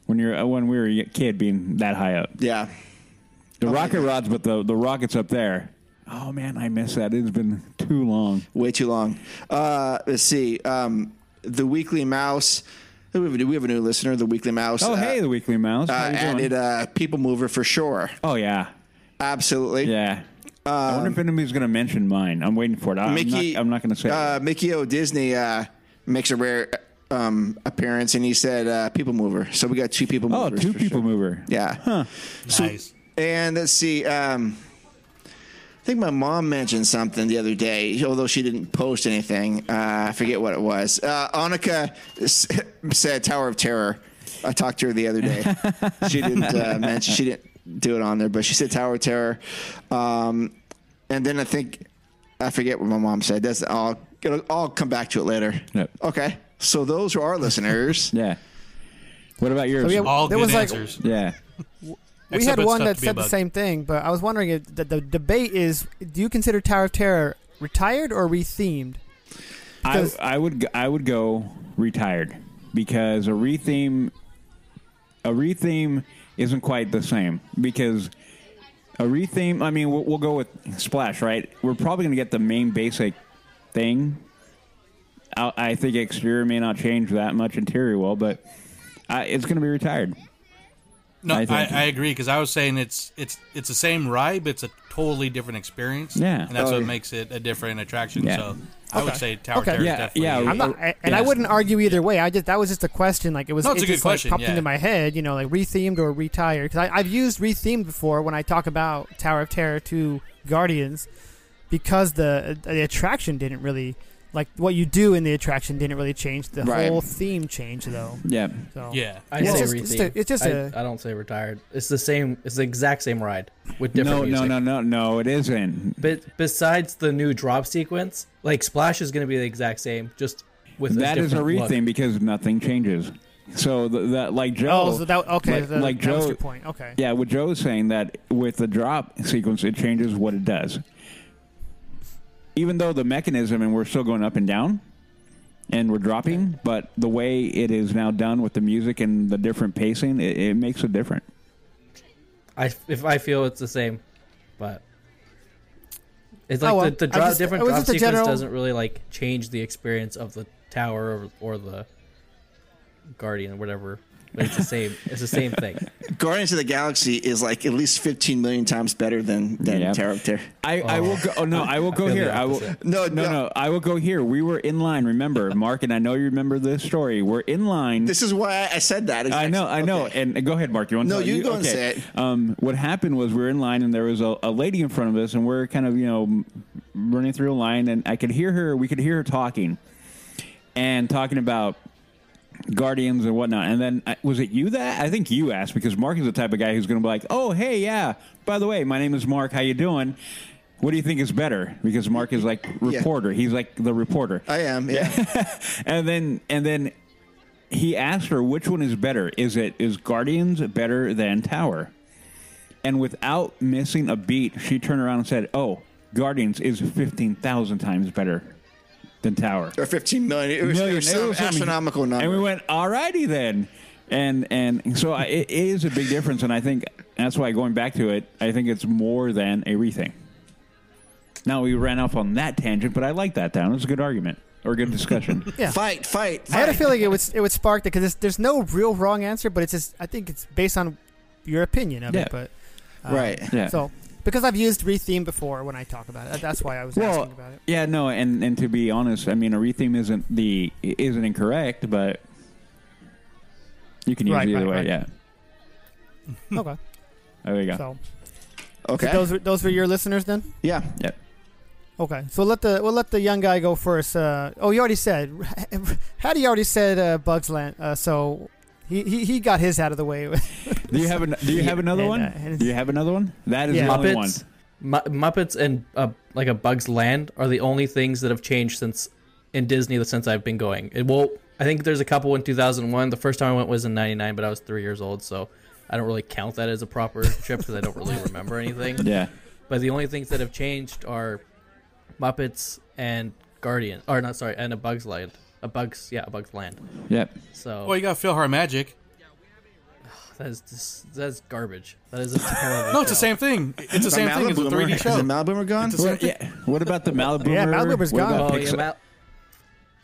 [SPEAKER 12] when you're when we were a kid being that high up?
[SPEAKER 7] Yeah,
[SPEAKER 12] the rocket rods, but the the rockets up there. Oh man, I miss that. It's been too long.
[SPEAKER 7] Way too long. Uh, let's see. Um, the Weekly Mouse. We have, a- we have a new listener, the Weekly Mouse.
[SPEAKER 12] Oh, hey, the Weekly Mouse.
[SPEAKER 7] Uh,
[SPEAKER 12] How you doing?
[SPEAKER 7] added uh, People Mover for sure.
[SPEAKER 12] Oh yeah,
[SPEAKER 7] absolutely.
[SPEAKER 12] Yeah. I wonder if anybody's going to mention mine. I'm waiting for it. I,
[SPEAKER 7] Um, Mickey-
[SPEAKER 12] am not, going to say. it.
[SPEAKER 7] Uh, Mickey O. Disney uh, makes a rare um, appearance, and he said uh, People Mover. So we got two People
[SPEAKER 12] Oh,
[SPEAKER 7] Movers.
[SPEAKER 12] two
[SPEAKER 7] for
[SPEAKER 12] people mover.
[SPEAKER 7] Yeah. Huh.
[SPEAKER 1] *laughs*
[SPEAKER 3] nice.
[SPEAKER 7] And let's see. Um, I think my mom mentioned something the other day, although she didn't post anything. Uh, I forget what it was. Uh, Annika s- *laughs* said Tower of Terror. I talked to her the other day. she didn't uh, mention. She didn't do it on there, but she said Tower of Terror. Um, and then I think I forget what my mom said. That's I'll it'll, I'll come back to it later. Okay. So those are our listeners.
[SPEAKER 12] yeah. What about yours?
[SPEAKER 1] So we have- All there good was, like- answers.
[SPEAKER 12] yeah.
[SPEAKER 1] We had
[SPEAKER 7] Except it's
[SPEAKER 1] one
[SPEAKER 7] tough
[SPEAKER 1] that
[SPEAKER 7] to be
[SPEAKER 1] said the
[SPEAKER 7] bug.
[SPEAKER 1] same thing, but I was wondering if the, the debate is: Do you consider Tower of Terror retired or rethemed?
[SPEAKER 12] I,
[SPEAKER 1] Because-
[SPEAKER 12] I would g- I would go retired because a retheme a retheme isn't quite the same because a retheme. I mean, we'll, we'll go with Splash, right? We're probably going to get the main basic thing. I, I think exterior may not change that much, interior will, but I, it's going to be retired.
[SPEAKER 3] No,
[SPEAKER 12] I
[SPEAKER 3] I,
[SPEAKER 12] think-
[SPEAKER 3] I, agree because I was saying it's it's it's the same ride, but it's a totally different experience.
[SPEAKER 12] Yeah.
[SPEAKER 3] and that's
[SPEAKER 12] Oh,
[SPEAKER 3] what
[SPEAKER 12] yeah.
[SPEAKER 3] makes it a different attraction.
[SPEAKER 12] Yeah.
[SPEAKER 3] So I would
[SPEAKER 12] Okay.
[SPEAKER 3] say Tower
[SPEAKER 12] Okay.
[SPEAKER 3] Terror.
[SPEAKER 12] Yeah,
[SPEAKER 3] is definitely.
[SPEAKER 12] yeah,
[SPEAKER 1] I'm not, I- and I wouldn't argue either way. I just that was just a question. Like it was,
[SPEAKER 3] No, it's
[SPEAKER 1] it
[SPEAKER 3] a good
[SPEAKER 1] just, like,
[SPEAKER 3] question,
[SPEAKER 1] popped
[SPEAKER 3] yeah.
[SPEAKER 1] into my head. You know, like rethemed or retired. Because I've used rethemed before when I talk about Tower of Terror to Guardians, because the the attraction didn't really like what you do in the attraction didn't really change. The
[SPEAKER 5] Right.
[SPEAKER 1] whole theme changed though.
[SPEAKER 12] Yeah.
[SPEAKER 1] So
[SPEAKER 5] I
[SPEAKER 1] it's
[SPEAKER 5] say
[SPEAKER 1] just, it's
[SPEAKER 5] retheme.
[SPEAKER 1] just a- it's just
[SPEAKER 5] I,
[SPEAKER 1] a-
[SPEAKER 5] I don't say retired. It's the same. It's the exact same ride with different
[SPEAKER 12] No, no,
[SPEAKER 5] music.
[SPEAKER 12] no, no, no. It isn't.
[SPEAKER 5] But besides the new drop sequence, like Splash is going to be the exact same, just with
[SPEAKER 12] that
[SPEAKER 5] a
[SPEAKER 12] is a
[SPEAKER 5] different
[SPEAKER 12] retheme because nothing changes. So th- that like Joe,
[SPEAKER 1] Oh, so that- okay,
[SPEAKER 12] like,
[SPEAKER 1] that-
[SPEAKER 12] like
[SPEAKER 1] that
[SPEAKER 12] Joe,
[SPEAKER 1] was your point,
[SPEAKER 5] *laughs*
[SPEAKER 1] okay.
[SPEAKER 12] yeah. What Joe is saying that with the drop sequence, it changes what it does. Even though the mechanism and we're still going up and down, and we're dropping, but the way it is now done with the music and the different pacing, it, it makes it different.
[SPEAKER 5] Look. I if I feel it's the same, but it's like
[SPEAKER 1] Oh, well,
[SPEAKER 5] the, the
[SPEAKER 1] I
[SPEAKER 5] drop,
[SPEAKER 1] just-
[SPEAKER 5] different
[SPEAKER 1] it was
[SPEAKER 5] drop
[SPEAKER 1] just a
[SPEAKER 5] sequence
[SPEAKER 1] general-
[SPEAKER 5] doesn't really like change the experience of the tower or, or the guardian or whatever. But it's the same. It's the same
[SPEAKER 1] *laughs*
[SPEAKER 5] thing.
[SPEAKER 7] Guardians of the Galaxy is like at least 15 million times better than than
[SPEAKER 12] Yeah.
[SPEAKER 7] Tower of Terror.
[SPEAKER 12] I, I will go. Oh no, I will go
[SPEAKER 7] feel the
[SPEAKER 12] here. I will.
[SPEAKER 7] opposite.
[SPEAKER 12] No, no, no. I will go here. We were in line. Remember, Mark, and I know you remember this story. We're in line.
[SPEAKER 7] This is why I said that.
[SPEAKER 12] I know. I know. And go ahead, Mark. You want
[SPEAKER 7] No,
[SPEAKER 12] to? tell-
[SPEAKER 7] you go and say it.
[SPEAKER 12] Um, what happened was we were in line, and there was a, a lady in front of us, and we're kind of you know m- running through a line, and I could hear her. We could hear her talking, and talking about Guardians and whatnot. And then I- was it you that I think you asked because Mark is the type of guy who's going to be like, "Oh, hey, yeah. By the way, my name is Mark. How you doing? What do you think is better?" Because Mark is
[SPEAKER 7] *laughs*
[SPEAKER 12] like reporter. He's like the reporter.
[SPEAKER 7] I am. Yeah.
[SPEAKER 12] and then and then he asked her which one is better. Is it is Guardians better than Tower? And without missing a beat, she turned around and said, "Oh, Guardians is fifteen thousand times better than Tower."
[SPEAKER 7] *laughs* Or 15 million. It was, it
[SPEAKER 12] Million.
[SPEAKER 7] was
[SPEAKER 12] It
[SPEAKER 7] some
[SPEAKER 12] was some-
[SPEAKER 7] astronomical number.
[SPEAKER 12] And we went, alrighty then. And and so I, it is a big difference, and I think that's why going back to it, I think it's more than a rethink. Now we ran off on that tangent, but I like that. Down, it was a good argument or good discussion.
[SPEAKER 1] Yeah.
[SPEAKER 7] Fight, fight,
[SPEAKER 1] I had a feeling it would it would spark that because there's no real wrong answer, but it's just I think it's based on your opinion of
[SPEAKER 3] uh,
[SPEAKER 12] Yeah.
[SPEAKER 1] it. But
[SPEAKER 12] Right. Yeah.
[SPEAKER 1] So because I've used retheme before when I talk about it. That's why I was asking about it.
[SPEAKER 12] Yeah, no, and and to be honest, I mean a retheme isn't the isn't incorrect, but you can use
[SPEAKER 1] Right,
[SPEAKER 12] it either
[SPEAKER 1] right,
[SPEAKER 12] way.
[SPEAKER 1] right.
[SPEAKER 12] Yeah, Oh,
[SPEAKER 1] Okay.
[SPEAKER 12] there we go.
[SPEAKER 1] So.
[SPEAKER 7] Okay.
[SPEAKER 1] So those were, those were your listeners then.
[SPEAKER 7] Yeah.
[SPEAKER 12] Yeah.
[SPEAKER 1] Okay, so let the we'll let the young guy go first. Uh, oh, you already said. *laughs* Hattie already said uh, Bugs Land, uh, so he, he he got his out of the way. *laughs*
[SPEAKER 12] Do you have an, Do you have another
[SPEAKER 1] And,
[SPEAKER 12] one?
[SPEAKER 1] uh, and-
[SPEAKER 12] do you have another one? That is
[SPEAKER 1] Yeah.
[SPEAKER 12] the only one.
[SPEAKER 5] Muppets, Mu- Muppets, and uh, like a Bug's Land are the only things that have changed since in Disney since I've been going. It will. I think there's a couple in 2001. The first time I went was in '99, but I was three years old, so I don't really count that as a proper *laughs* trip because I don't really remember anything.
[SPEAKER 12] Yeah.
[SPEAKER 5] But the only things that have changed are Muppets and Guardian, or not sorry, and a Bug's Land, a Bug's yeah, a Bug's Land.
[SPEAKER 12] Yep.
[SPEAKER 5] So
[SPEAKER 3] Well, you got Philhar Magic.
[SPEAKER 5] that's just, that's garbage. That is a terrible.
[SPEAKER 3] No, it's the
[SPEAKER 5] show.
[SPEAKER 3] same thing. It's the same thing as the 3D
[SPEAKER 1] *laughs*
[SPEAKER 3] show.
[SPEAKER 7] gone?
[SPEAKER 3] It's the same thing.
[SPEAKER 12] What about the Malibu?
[SPEAKER 3] Yeah, Maliboomer's
[SPEAKER 12] what
[SPEAKER 3] gone.
[SPEAKER 12] about
[SPEAKER 3] Oh, yeah,
[SPEAKER 12] Pixar?
[SPEAKER 3] Mal-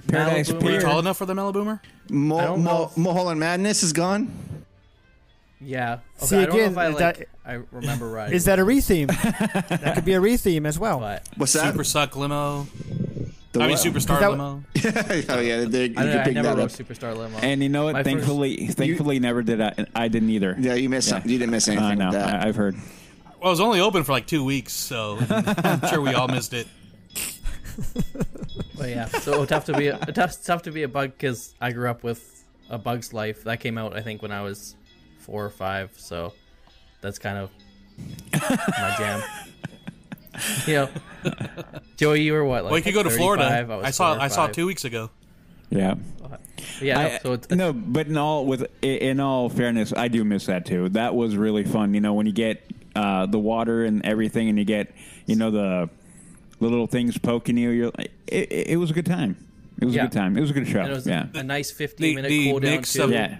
[SPEAKER 12] Paradise
[SPEAKER 3] Were you
[SPEAKER 12] Pier.
[SPEAKER 3] tall enough for the Maliboomer?
[SPEAKER 7] Mo- Mo- Mulholland Madness is gone.
[SPEAKER 5] Yeah. Okay,
[SPEAKER 1] See,
[SPEAKER 5] I don't
[SPEAKER 1] again,
[SPEAKER 5] know if I,
[SPEAKER 1] that-
[SPEAKER 5] like, I remember right.
[SPEAKER 1] Is that a retheme? that could be a retheme as well.
[SPEAKER 7] What's that?
[SPEAKER 3] Super Suck Limo.
[SPEAKER 7] The
[SPEAKER 3] I mean,
[SPEAKER 7] what?
[SPEAKER 3] Superstar
[SPEAKER 1] That-
[SPEAKER 3] Limo.
[SPEAKER 7] *laughs* oh yeah, they, you
[SPEAKER 5] I,
[SPEAKER 7] can
[SPEAKER 5] I
[SPEAKER 7] pick
[SPEAKER 5] never
[SPEAKER 7] that
[SPEAKER 5] wrote
[SPEAKER 7] up.
[SPEAKER 5] Superstar Limo.
[SPEAKER 12] And you know what?
[SPEAKER 5] My first-
[SPEAKER 12] thankfully, thankfully, never did I. I didn't either. Uh,
[SPEAKER 7] Yeah, you missed some- you didn't miss anything
[SPEAKER 12] I
[SPEAKER 7] with
[SPEAKER 12] know.
[SPEAKER 7] that.
[SPEAKER 12] I, I've heard.
[SPEAKER 3] Well, it was only open for like two weeks, so *laughs* I'm sure we all missed it.
[SPEAKER 5] *laughs* But
[SPEAKER 12] *laughs*
[SPEAKER 5] yeah, so it's tough to be a, it's tough, it's tough to be a bug because I grew up with a Bug's Life that came out I think when I was four or five, so that's kind of my
[SPEAKER 12] *laughs*
[SPEAKER 5] jam. you know, Joey, you were what? Like
[SPEAKER 3] well, you could go to Florida.
[SPEAKER 5] 35,
[SPEAKER 3] I,
[SPEAKER 5] was
[SPEAKER 3] saw.
[SPEAKER 5] four or
[SPEAKER 3] I saw
[SPEAKER 5] five.
[SPEAKER 3] two weeks ago.
[SPEAKER 12] Yeah.
[SPEAKER 5] Yeah,
[SPEAKER 12] I-
[SPEAKER 5] no, so it's,
[SPEAKER 12] no, but in all with in all fairness, I do miss that too. That was really fun. You know, when you get uh, the water and everything, and you get you know the the little things poking you. You're like, it, it it was a good time. It was
[SPEAKER 5] Yeah.
[SPEAKER 12] a good time. It was a good show.
[SPEAKER 5] and it was
[SPEAKER 12] yeah.
[SPEAKER 5] a nice
[SPEAKER 3] The,
[SPEAKER 5] fifteen minute
[SPEAKER 3] the
[SPEAKER 5] cool down
[SPEAKER 3] mix
[SPEAKER 5] too.
[SPEAKER 3] of
[SPEAKER 12] Yeah.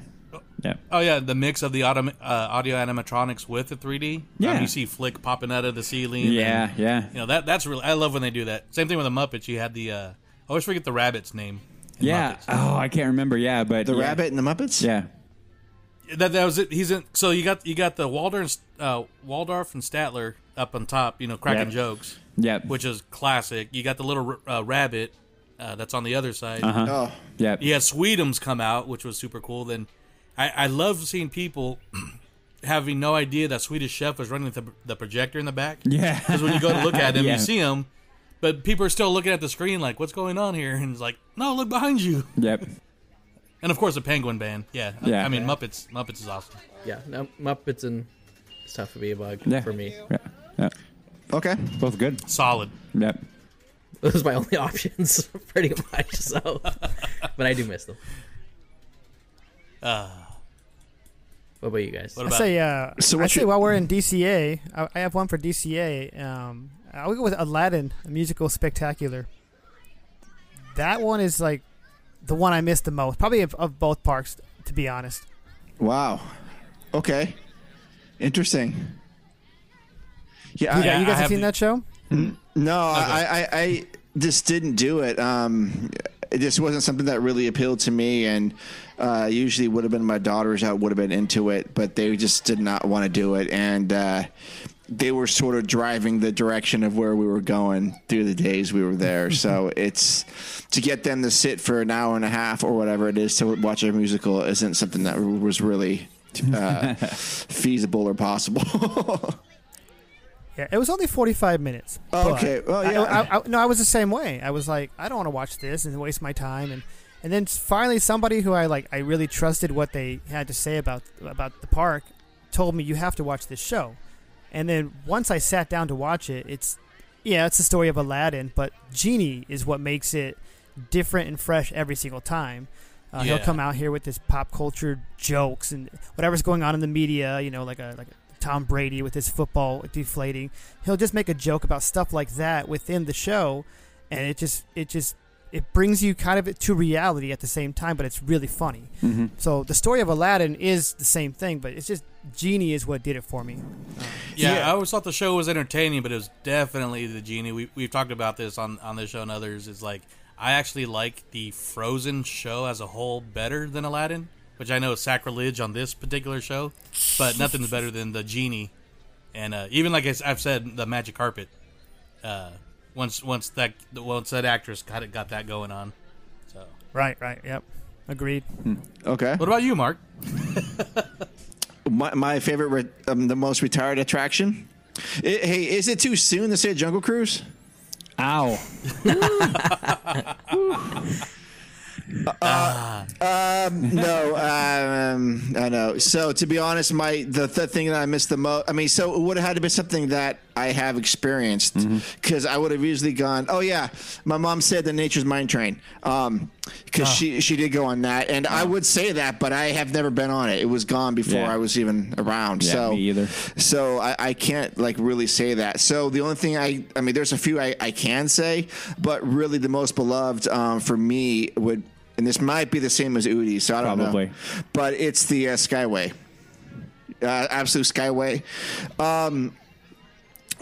[SPEAKER 12] Yeah.
[SPEAKER 3] Oh yeah, the mix of the autom- uh, audio animatronics with the 3D.
[SPEAKER 12] Yeah.
[SPEAKER 3] Um, you see Flick popping out of the ceiling.
[SPEAKER 12] Yeah,
[SPEAKER 3] and,
[SPEAKER 12] yeah.
[SPEAKER 3] You know that that's really. I love when they do that. Same thing with the Muppets. You had the. Uh, I always forget the rabbit's name.
[SPEAKER 12] Yeah.
[SPEAKER 3] uh,
[SPEAKER 12] Oh, I can't remember. Yeah, but
[SPEAKER 7] The
[SPEAKER 12] yeah.
[SPEAKER 7] Rabbit and the Muppets.
[SPEAKER 12] Yeah.
[SPEAKER 3] That that was it. He's in. So you got you got the Waldorf, and S- uh, Waldorf and Statler up on top. You know, cracking
[SPEAKER 12] Yep.
[SPEAKER 3] jokes.
[SPEAKER 12] Yep.
[SPEAKER 3] Which is classic. You got the little r- uh, rabbit uh, that's on the other side.
[SPEAKER 12] Uh-huh. Oh. Yep.
[SPEAKER 3] You had Sweetums come out, which was super cool. Then I, I love seeing people *clears throat* having no idea that Swedish Chef was running the, the projector in the back.
[SPEAKER 12] Yeah.
[SPEAKER 3] Because when you go to look
[SPEAKER 12] *laughs*
[SPEAKER 3] at him,
[SPEAKER 12] Yeah.
[SPEAKER 3] you see him, but people are still looking at the screen like, "What's going on here?" *laughs* And it's like, "No, look behind you."
[SPEAKER 12] Yep.
[SPEAKER 3] And of course, the Penguin Band. Yeah. I-
[SPEAKER 12] Yeah.
[SPEAKER 3] I mean, Muppets. Muppets is awesome.
[SPEAKER 5] Yeah, no, Muppets and it's tough to be a bug
[SPEAKER 12] Yeah.
[SPEAKER 5] for me.
[SPEAKER 12] Yeah. Yeah.
[SPEAKER 7] Okay.
[SPEAKER 12] Both good.
[SPEAKER 3] Solid.
[SPEAKER 12] Yep.
[SPEAKER 5] Those are my only *laughs* options, pretty much. So, *laughs* but I do miss them.
[SPEAKER 3] Uh,
[SPEAKER 5] what about you guys?
[SPEAKER 1] I say, uh,
[SPEAKER 7] So
[SPEAKER 1] I
[SPEAKER 7] what's
[SPEAKER 1] say
[SPEAKER 7] your-
[SPEAKER 1] while we're in DCA, I, I have one for DCA. Um, I'll go with Aladdin, a musical spectacular. That one is like the one I missed the most, probably of, of both parks, to be honest.
[SPEAKER 7] Wow. Okay. Interesting. Yeah.
[SPEAKER 1] You
[SPEAKER 7] I-
[SPEAKER 1] guys- you guys have seen that show?
[SPEAKER 7] No, I, I, I just didn't do it. Um, it just wasn't something that really appealed to me, and uh, usually would have been my daughters that would have been into it, but they just did not want to do it, and uh, they were sort of driving the direction of where we were going through the days we were there. so it's to get them to sit for an hour and a half or whatever it is to watch a musical isn't something that was really uh, feasible or possible. *laughs*
[SPEAKER 1] Yeah, it was only forty-five minutes. but
[SPEAKER 7] Oh, okay. Well,
[SPEAKER 1] I-
[SPEAKER 7] yeah.
[SPEAKER 1] I, I- no, I was the same way. I was like, I don't want to watch this and waste my time. And and then finally, somebody who I like, I really trusted what they had to say about about the park, told me you have to watch this show. And then once I sat down to watch it, it's yeah, it's the story of Aladdin, but Genie is what makes it different and fresh every single time. Uh, He'll
[SPEAKER 13] Yeah.
[SPEAKER 1] come out here with his pop culture jokes and whatever's going on in the media, you know, like a like a Tom Brady with his football deflating. He'll just make a joke about stuff like that within the show, and it just it just it brings you kind of to reality at the same time, but it's really funny.
[SPEAKER 12] Mhm.
[SPEAKER 1] So the story of Aladdin is the same thing, but it's just Genie is what did it for me.
[SPEAKER 3] Yeah, I always thought the show was entertaining, but it was definitely the genie. We we've talked about this on on this show and others. Is like I actually like the Frozen show as a whole better than Aladdin, which I know is sacrilege on this particular show, but nothing's better than the genie and uh, even like I, have said, the magic carpet. Uh, once once that once that actress got it got that going on. So
[SPEAKER 1] Right, right. Yep. Agreed.
[SPEAKER 7] Okay.
[SPEAKER 3] what about you, Mark?
[SPEAKER 7] My, my favorite, re- um, the most retired attraction. I- hey, is it too soon to say Jungle Cruise?
[SPEAKER 12] Ow.
[SPEAKER 7] Uh, um, no, um, I know. So to be honest, my the, the thing that I missed the most. I mean, so it would have had to be something that I have experienced
[SPEAKER 12] Mm-hmm.
[SPEAKER 7] because I would have usually gone. Oh yeah, my mom said the Nature's Mind Train because she she did go on that, and I would say that, but I have never been on it. It was gone before
[SPEAKER 12] Yeah.
[SPEAKER 7] I was even around.
[SPEAKER 12] Yeah,
[SPEAKER 7] so
[SPEAKER 12] me either.
[SPEAKER 7] so I, I can't like really say that. So the only thing I, I mean, there's a few I, I can say, but really the most beloved um, for me would, and this might be the same as Udi, so I don't
[SPEAKER 12] Probably.
[SPEAKER 7] know, but it's the uh, Skyway, uh, absolute Skyway. Um,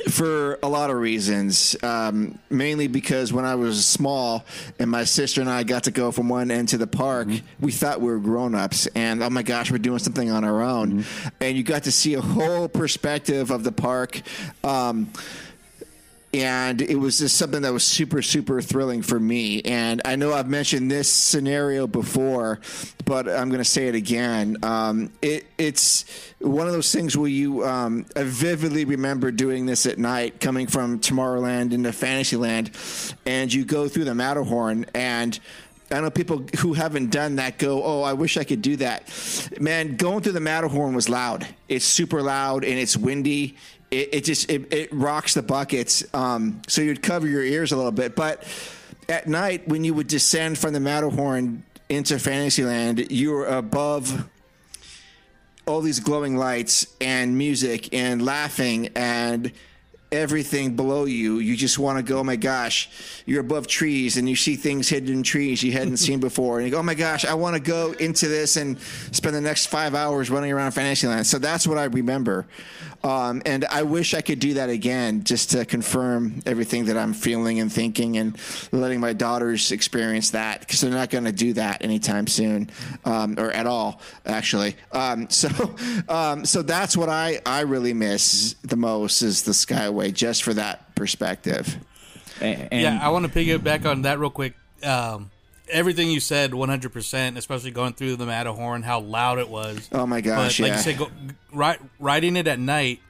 [SPEAKER 7] for a lot of reasons, um, mainly because when I was small and my sister and I got to go from one end to the park, we thought we were grown ups, and oh my gosh, we're doing something on our own, and you got to see a whole perspective of the park. Um, and it was just something that was super super thrilling for me and i know i've mentioned this scenario before but i'm going to say it again um, it, it's one of those things where you um, I vividly remember doing this at night coming from tomorrowland into fantasyland and you go through the matterhorn and I know people who haven't done that go, oh, I wish I could do that. Man, going through the Matterhorn was loud. It's super loud and it's windy. It, it just it, it rocks the buckets. Um, so you'd cover your ears a little bit, but at night when you would descend from the Matterhorn into Fantasyland, you were above all these glowing lights and music and laughing and everything below you you just want to go oh my gosh you're above trees and you see things hidden in trees you hadn't seen before and you go oh my gosh i want to go into this and spend the next five hours running around fantasyland so that's what i remember um, and i wish i could do that again just to confirm everything that i'm feeling and thinking and letting my daughters experience that because they're not going to do that anytime soon um, or at all actually um, *laughs* so um, so that's what I, I really miss the most is the skyway just for that perspective
[SPEAKER 3] yeah, I want to piggyback on that real quick. Um, everything you said, one hundred percent, especially going through the Matterhorn, how loud it was.
[SPEAKER 7] Oh my gosh,
[SPEAKER 3] But like
[SPEAKER 7] yeah.
[SPEAKER 3] you said, go, ri- riding it at night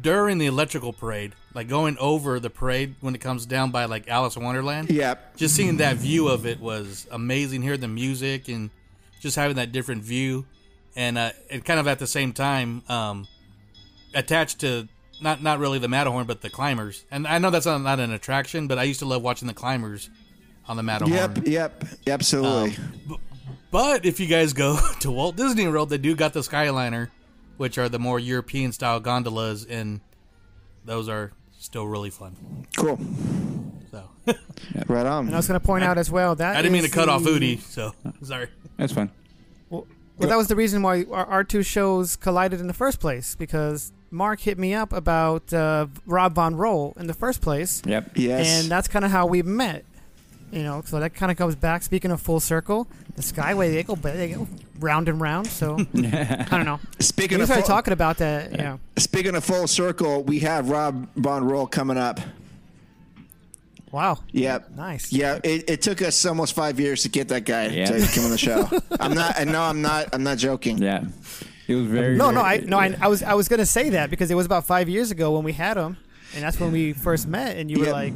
[SPEAKER 3] during the electrical parade, like going over the parade when it comes down by like Alice in Wonderland.
[SPEAKER 7] Yep.
[SPEAKER 3] Just seeing that view of it was amazing. Hearing the music and just having that different view, and uh, and kind of at the same time, um, attached to not not really the Matterhorn, but the climbers. And I know that's not, not an attraction, but I used to love watching the climbers on the Matterhorn.
[SPEAKER 7] yep yep absolutely
[SPEAKER 1] Um,
[SPEAKER 3] But if you guys go *laughs* to Walt Disney World, they do got the Skyliner, which are the more European style gondolas, and those are still really fun.
[SPEAKER 7] cool
[SPEAKER 3] So. *laughs*
[SPEAKER 7] right on
[SPEAKER 1] And I was going to point out as well that
[SPEAKER 3] I didn't mean to
[SPEAKER 1] is
[SPEAKER 3] cut off
[SPEAKER 1] the-
[SPEAKER 3] Udi, so *laughs* sorry.
[SPEAKER 12] That's fine.
[SPEAKER 1] Well, that was the reason why our, our two shows collided in the first place because Mark hit me up about uh, Rob Von Roll in the first place.
[SPEAKER 12] Yep.
[SPEAKER 7] Yes.
[SPEAKER 1] And that's kind of how we met. You know, so that kind of comes back. Speaking of full circle, the Skyway they go, they go round and round.
[SPEAKER 7] *laughs*
[SPEAKER 1] So I don't know.
[SPEAKER 7] Speaking
[SPEAKER 1] we
[SPEAKER 7] of
[SPEAKER 1] started
[SPEAKER 7] full-
[SPEAKER 1] talking about that. Yeah.
[SPEAKER 7] speaking of full circle we have rob von roll coming up
[SPEAKER 1] Wow.
[SPEAKER 7] Yep.
[SPEAKER 1] Nice.
[SPEAKER 7] Yeah, it, it took us almost five years to get that guy
[SPEAKER 12] Yeah.
[SPEAKER 7] to come on
[SPEAKER 12] *laughs*
[SPEAKER 7] the show. I'm not. and No, I'm not. I'm not joking.
[SPEAKER 12] Yeah. It was very.
[SPEAKER 1] No,
[SPEAKER 12] very-
[SPEAKER 1] no, I no, I, I was I was gonna say that because it was about five years ago when we had him, and that's when we first met, and you were
[SPEAKER 7] Yeah.
[SPEAKER 1] like,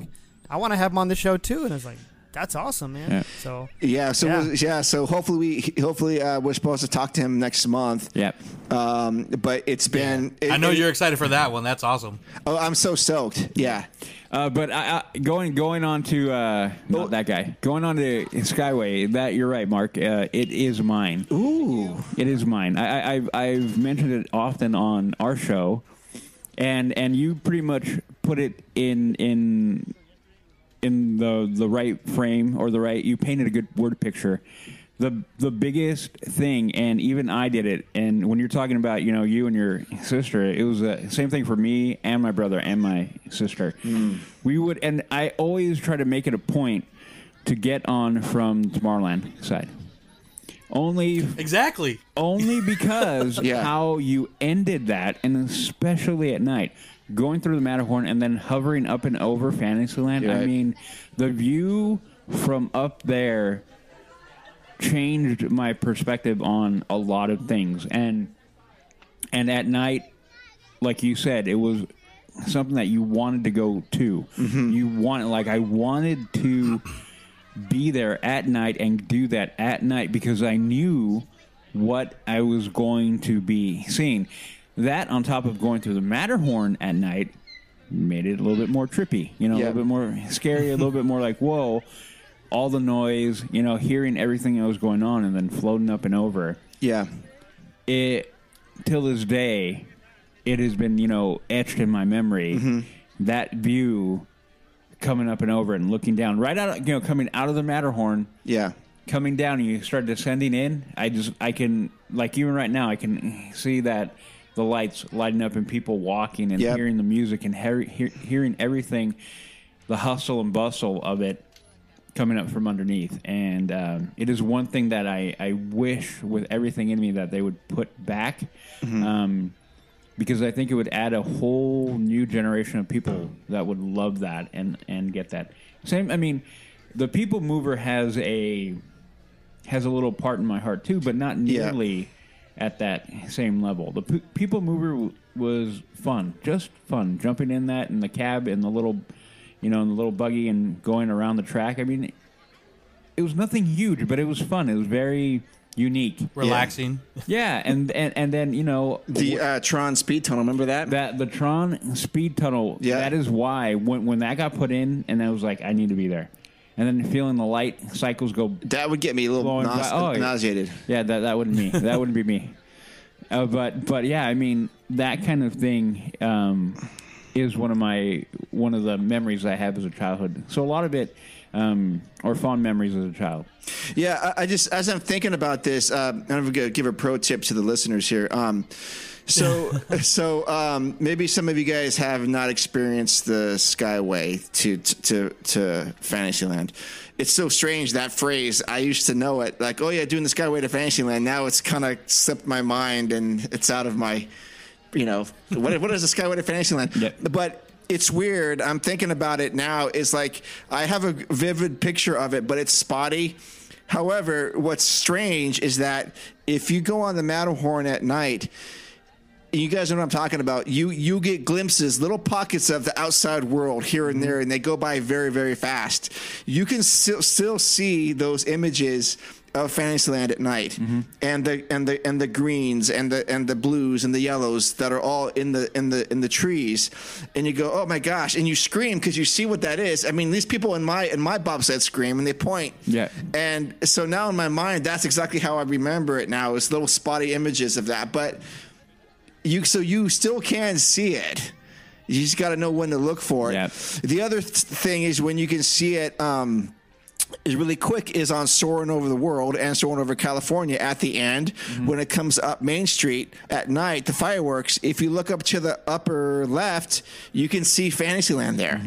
[SPEAKER 1] I want to have him on the show too, and I was like, that's awesome, man.
[SPEAKER 12] Yeah.
[SPEAKER 1] So
[SPEAKER 7] Yeah. So yeah. So hopefully we hopefully uh, we're supposed to talk to him next month.
[SPEAKER 12] Yep.
[SPEAKER 7] Um, but it's been. it-
[SPEAKER 3] I know
[SPEAKER 7] it-
[SPEAKER 3] you're excited for that one. That's awesome.
[SPEAKER 7] Oh, I'm so stoked. Yeah.
[SPEAKER 12] Uh, but I, I, going going on to uh, not that guy. Going on to Skyway. That you're right, Mark. Uh, it is mine.
[SPEAKER 7] Ooh.
[SPEAKER 12] It is mine. I, I, I've I've mentioned it often on our show, and and you pretty much put it in in in the the right frame or the right. You painted a good word picture. The the biggest thing, and even I did it. And when you're talking about you know you and your sister, it was the same thing for me and my brother and my sister.
[SPEAKER 7] Hmm.
[SPEAKER 12] We would, and I always try to make it a point to get on from Tomorrowland side Only
[SPEAKER 3] exactly.
[SPEAKER 12] Only because how you ended that, and especially at night, going through the Matterhorn and then hovering up and over Fantasyland. I
[SPEAKER 7] Right.
[SPEAKER 12] mean, the view from up there changed my perspective on a lot of things, and and at night, like you said, it was something that you wanted to go to. You want like I wanted to be there at night and do that at night because I knew what I was going to be seeing. That on top of going through the Matterhorn at night made it a little bit more trippy, you know, a
[SPEAKER 7] Yeah.
[SPEAKER 12] little bit more scary, a little bit more like whoa, all the noise, you know, hearing everything that was going on and then floating up and over
[SPEAKER 7] Yeah.
[SPEAKER 12] it till this day it has been you know etched in my memory
[SPEAKER 7] Mm-hmm.
[SPEAKER 12] that view coming up and over and looking down right out you know coming out of the matterhorn
[SPEAKER 7] yeah
[SPEAKER 12] coming down and you start descending in i just i can like even right now i can see that the lights lighting up and people walking and
[SPEAKER 7] Yep.
[SPEAKER 12] hearing the music and hear, hear, hearing everything the hustle and bustle of it coming up from underneath. And um, it is one thing that I, I wish with everything in me that they would put back um, because I think it would add a whole new generation of people that would love that and, and get that. Same, I mean, the People Mover has a has a little part in my heart too, but not nearly at that same level. The P- People Mover w- was fun, just fun. Jumping in that in the cab in the little, you know, in the little buggy and going around the track. I mean, it was nothing huge, but it was fun. It was very unique,
[SPEAKER 3] Relaxing.
[SPEAKER 12] Yeah, and, and and then you know
[SPEAKER 7] the uh, Tron speed tunnel. Remember that?
[SPEAKER 12] That the Tron speed tunnel. Yeah, that is why when when that got put in, and I was like, I need to be there. And then feeling the light cycles go. Oh,
[SPEAKER 7] That would get me a little nause- nauseated.
[SPEAKER 12] Yeah, that that wouldn't me. That wouldn't be me. Uh, but but yeah, I mean that kind of thing um, is one of my one of the memories I have as a childhood. So a lot of it um, are fond memories as a child.
[SPEAKER 7] *laughs* Yeah, I, I just as I'm thinking about this, uh, I'm going to give a pro tip to the listeners here. Um, so, so um, maybe some of you guys have not experienced the Skyway to to to Fantasyland. It's so strange that phrase. I used to know it, like, oh yeah, doing the Skyway to Fantasyland. Now it's kind of slipped my mind, and it's out of my, you know, what what is the Skyway to Fantasyland? But it's weird. I'm thinking about it now. Is like I have a vivid picture of it, but it's spotty. However, what's strange is that if you go on the Matterhorn at night, you guys know what I'm talking about. You you get glimpses, little pockets of the outside world here and there, and they go by very very fast. You can still still see those images of Fantasyland at night, and the and the and the greens and the and the blues and the yellows that are all in the in the in the trees, and you go, oh my gosh, and you scream because you see what that is. I mean, these people in my in my bobsled scream and they point,
[SPEAKER 12] Yeah.
[SPEAKER 7] and so now in my mind, that's exactly how I remember it now is little spotty images of that. But you so you still can see it. You just got to know when to look for it. The other th- thing is when you can see it. Um, is really quick is on soaring over the world and soaring over California at the end when it comes up Main Street at night the fireworks if you look up to the upper left you can see Fantasyland there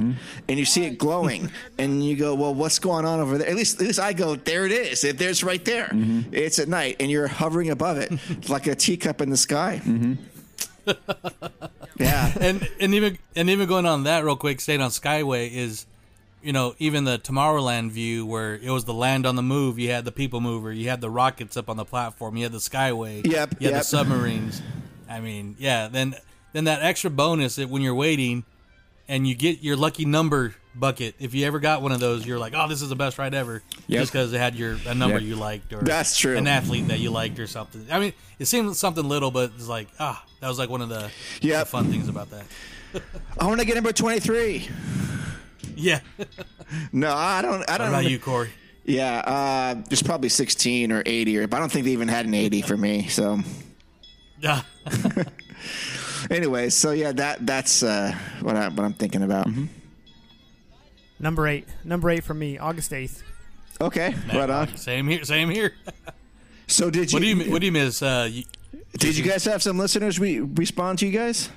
[SPEAKER 7] and you see it glowing and you go well what's going on over there at least at least I go there it is if there's right there it's at night and you're hovering above it like a teacup in the sky *laughs* yeah,
[SPEAKER 3] *laughs* and and even and even going on that real quick, staying on Skyway is, you know, even the Tomorrowland view where it was the land on the move. You had the people mover, you had the rockets up on the platform, you had the Skyway,
[SPEAKER 7] Yep,
[SPEAKER 3] you had
[SPEAKER 7] yep.
[SPEAKER 3] the submarines. I mean, yeah. Then then that extra bonus that when you're waiting, and you get your lucky number bucket. If you ever got one of those, you're like, oh, this is the best ride ever,
[SPEAKER 7] Yep.
[SPEAKER 3] just because it had your a number
[SPEAKER 7] Yep.
[SPEAKER 3] you liked or
[SPEAKER 7] That's true.
[SPEAKER 3] an athlete that you liked or something. I mean, it seemed something little, but it's like ah, that was like one of the, the
[SPEAKER 7] Yep.
[SPEAKER 3] fun things about that.
[SPEAKER 7] I want to get number 23
[SPEAKER 3] Yeah.
[SPEAKER 7] no I don't I don't
[SPEAKER 3] about
[SPEAKER 7] know
[SPEAKER 3] you, Corey?
[SPEAKER 7] Yeah, uh, there's probably 16 or 80, or, but I don't think they even had an 80 for me. So,
[SPEAKER 3] Ah.
[SPEAKER 7] anyway, so yeah, that that's uh, what, I, what I'm thinking about.
[SPEAKER 3] Mm-hmm.
[SPEAKER 1] Number eight. Number eight for me, August 8th.
[SPEAKER 7] Okay, right on.
[SPEAKER 3] Same here. Same here.
[SPEAKER 7] So did
[SPEAKER 3] What do
[SPEAKER 7] you-
[SPEAKER 3] you What do you miss? Uh, you,
[SPEAKER 7] Did you guys have some listeners we respond to you guys?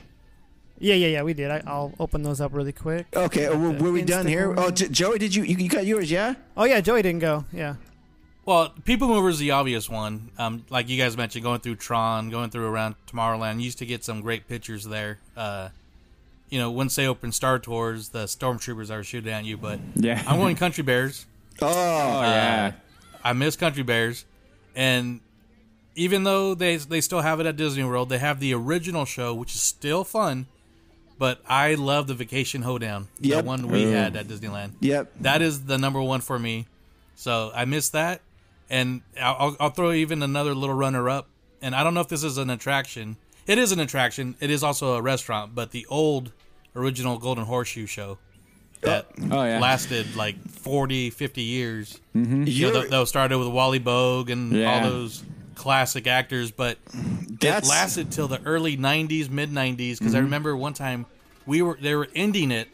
[SPEAKER 1] Yeah, yeah, yeah. We did. I, I'll open those up really quick.
[SPEAKER 7] Okay, uh, oh, were, were we done here?
[SPEAKER 1] Instagram.
[SPEAKER 7] Oh, J- Joey, did you, you you got yours? Yeah.
[SPEAKER 1] Oh yeah, Joey didn't go. Yeah.
[SPEAKER 3] Well, People Mover is the obvious one. Um, like you guys mentioned, going through Tron, going through around Tomorrowland, you used to get some great pictures there. Uh, you know, once they open Star Tours, the stormtroopers are shooting at you. But
[SPEAKER 12] Yeah.
[SPEAKER 3] I'm going Country Bears.
[SPEAKER 7] Oh
[SPEAKER 12] yeah.
[SPEAKER 3] I miss Country Bears, and even though they they still have it at Disney World, they have the original show, which is still fun. But I love the Vacation Hoedown, the
[SPEAKER 7] Yep.
[SPEAKER 3] one we
[SPEAKER 7] Mm.
[SPEAKER 12] Oh.
[SPEAKER 3] had at Disneyland.
[SPEAKER 7] Yep.
[SPEAKER 3] That is the number one for me. So I miss that. And I'll, I'll- I'll throw even another little runner up. And I don't know if this is an attraction. It is an attraction. It is also a restaurant, but the old original Golden Horseshoe show that
[SPEAKER 12] Oh, yeah.
[SPEAKER 3] lasted like 40, 50 years.
[SPEAKER 12] Mhm.
[SPEAKER 3] You know,
[SPEAKER 12] You're-
[SPEAKER 3] th- those started with Wally Bogue and
[SPEAKER 12] Yeah.
[SPEAKER 3] all those classic actors, but
[SPEAKER 7] That's-
[SPEAKER 3] it lasted till the early 90s, mid 90s, because I
[SPEAKER 7] Mhm.
[SPEAKER 3] remember one time we were they were ending it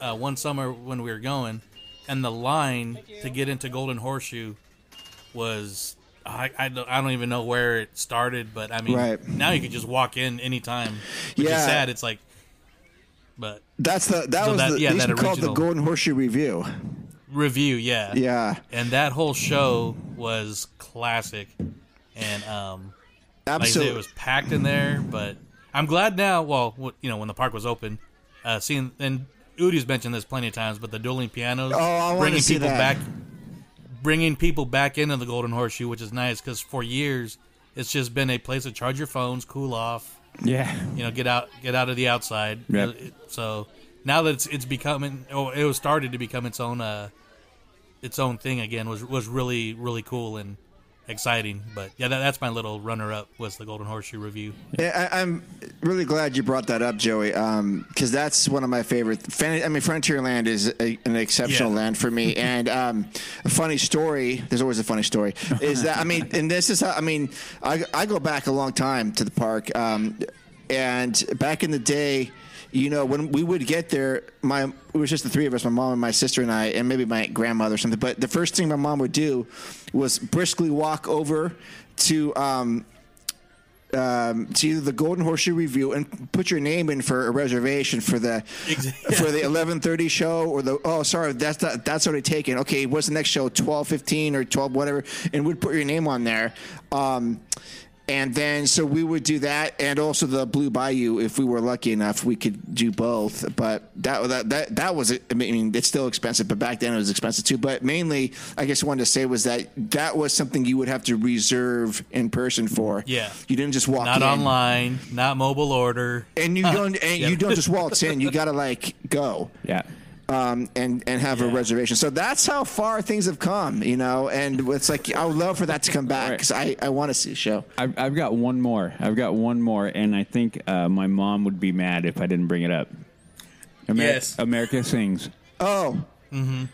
[SPEAKER 3] uh, one summer when we were going, and the line to get into Golden Horseshoe was I, I, don't, I don't even know where it started, but I mean
[SPEAKER 7] Right.
[SPEAKER 3] now you could just walk in anytime, which
[SPEAKER 7] Yeah.
[SPEAKER 3] is sad. It's like, but
[SPEAKER 7] That's the that
[SPEAKER 3] So
[SPEAKER 7] was
[SPEAKER 3] that-
[SPEAKER 7] the,
[SPEAKER 3] yeah,
[SPEAKER 7] they used
[SPEAKER 3] that
[SPEAKER 7] to call it the
[SPEAKER 3] original.
[SPEAKER 7] Golden Horseshoe Review.
[SPEAKER 3] review, yeah,
[SPEAKER 7] Yeah.
[SPEAKER 3] and that whole show was classic, and um, like I said,
[SPEAKER 7] Absolute-
[SPEAKER 3] it was packed in there. But I'm glad now. Well, wh- you know, when the park was open, uh, seeing and Udi's mentioned this plenty of times, but the dueling pianos,
[SPEAKER 7] Oh, I wanna
[SPEAKER 3] bringing
[SPEAKER 7] see
[SPEAKER 3] people
[SPEAKER 7] that.
[SPEAKER 3] back, bringing people back into the Golden Horseshoe, which is nice because for years it's just been a place to charge your phones, cool off,
[SPEAKER 12] Yeah.
[SPEAKER 3] you know, get out, get out of the outside.
[SPEAKER 12] Yep.
[SPEAKER 3] Uh, So now that it's, it's becoming, oh, it was started to become its own, uh, its own thing again was was really really cool and exciting. But yeah, that, that's my little runner up was the Golden Horseshoe review.
[SPEAKER 7] Yeah, I, I'm really glad you brought that up, Joey, because that's one of my favorite. Fan, I mean, Frontierland is a, an exceptional
[SPEAKER 3] Yeah.
[SPEAKER 7] land for me. And um, a funny story. There's always a funny story. Is that I mean, and this is how I mean, I, I go back a long time to the park, um, and back in the day. You know, when we would get there, my it was just the three of us, my mom and my sister and I, and maybe my grandmother or something. But the first thing my mom would do was briskly walk over to um, um, to either the Golden Horseshoe Review and put your name in for a reservation for the for the eleven thirty show or the oh sorry that's not, that's already taken okay what's the next show twelve fifteen or twelve whatever and would put your name on there. Um, and then, so we would do that, and also the Blue Bayou. If we were lucky enough, we could do both. But that that that, that was, I mean, it's still expensive, but back then it was expensive too. But mainly, I guess, I wanted to say was that that was something you would have to reserve in person for.
[SPEAKER 3] Yeah.
[SPEAKER 7] You didn't just walk
[SPEAKER 3] Not
[SPEAKER 7] in.
[SPEAKER 3] online, not mobile order.
[SPEAKER 7] And
[SPEAKER 3] *laughs*
[SPEAKER 7] you don't and
[SPEAKER 3] Yeah.
[SPEAKER 7] you don't just waltz in. You got to like go.
[SPEAKER 12] *laughs* Yeah.
[SPEAKER 7] Um, and and have a reservation. So that's how far things have come, you know. And it's like I would love for that to come back because I, I want to see a show.
[SPEAKER 12] I've, I've got one more. I've got one more, and I think uh, my mom would be mad if I didn't bring it up. Amer-
[SPEAKER 3] Yes.
[SPEAKER 12] America Sings.
[SPEAKER 7] Oh, mm-hmm.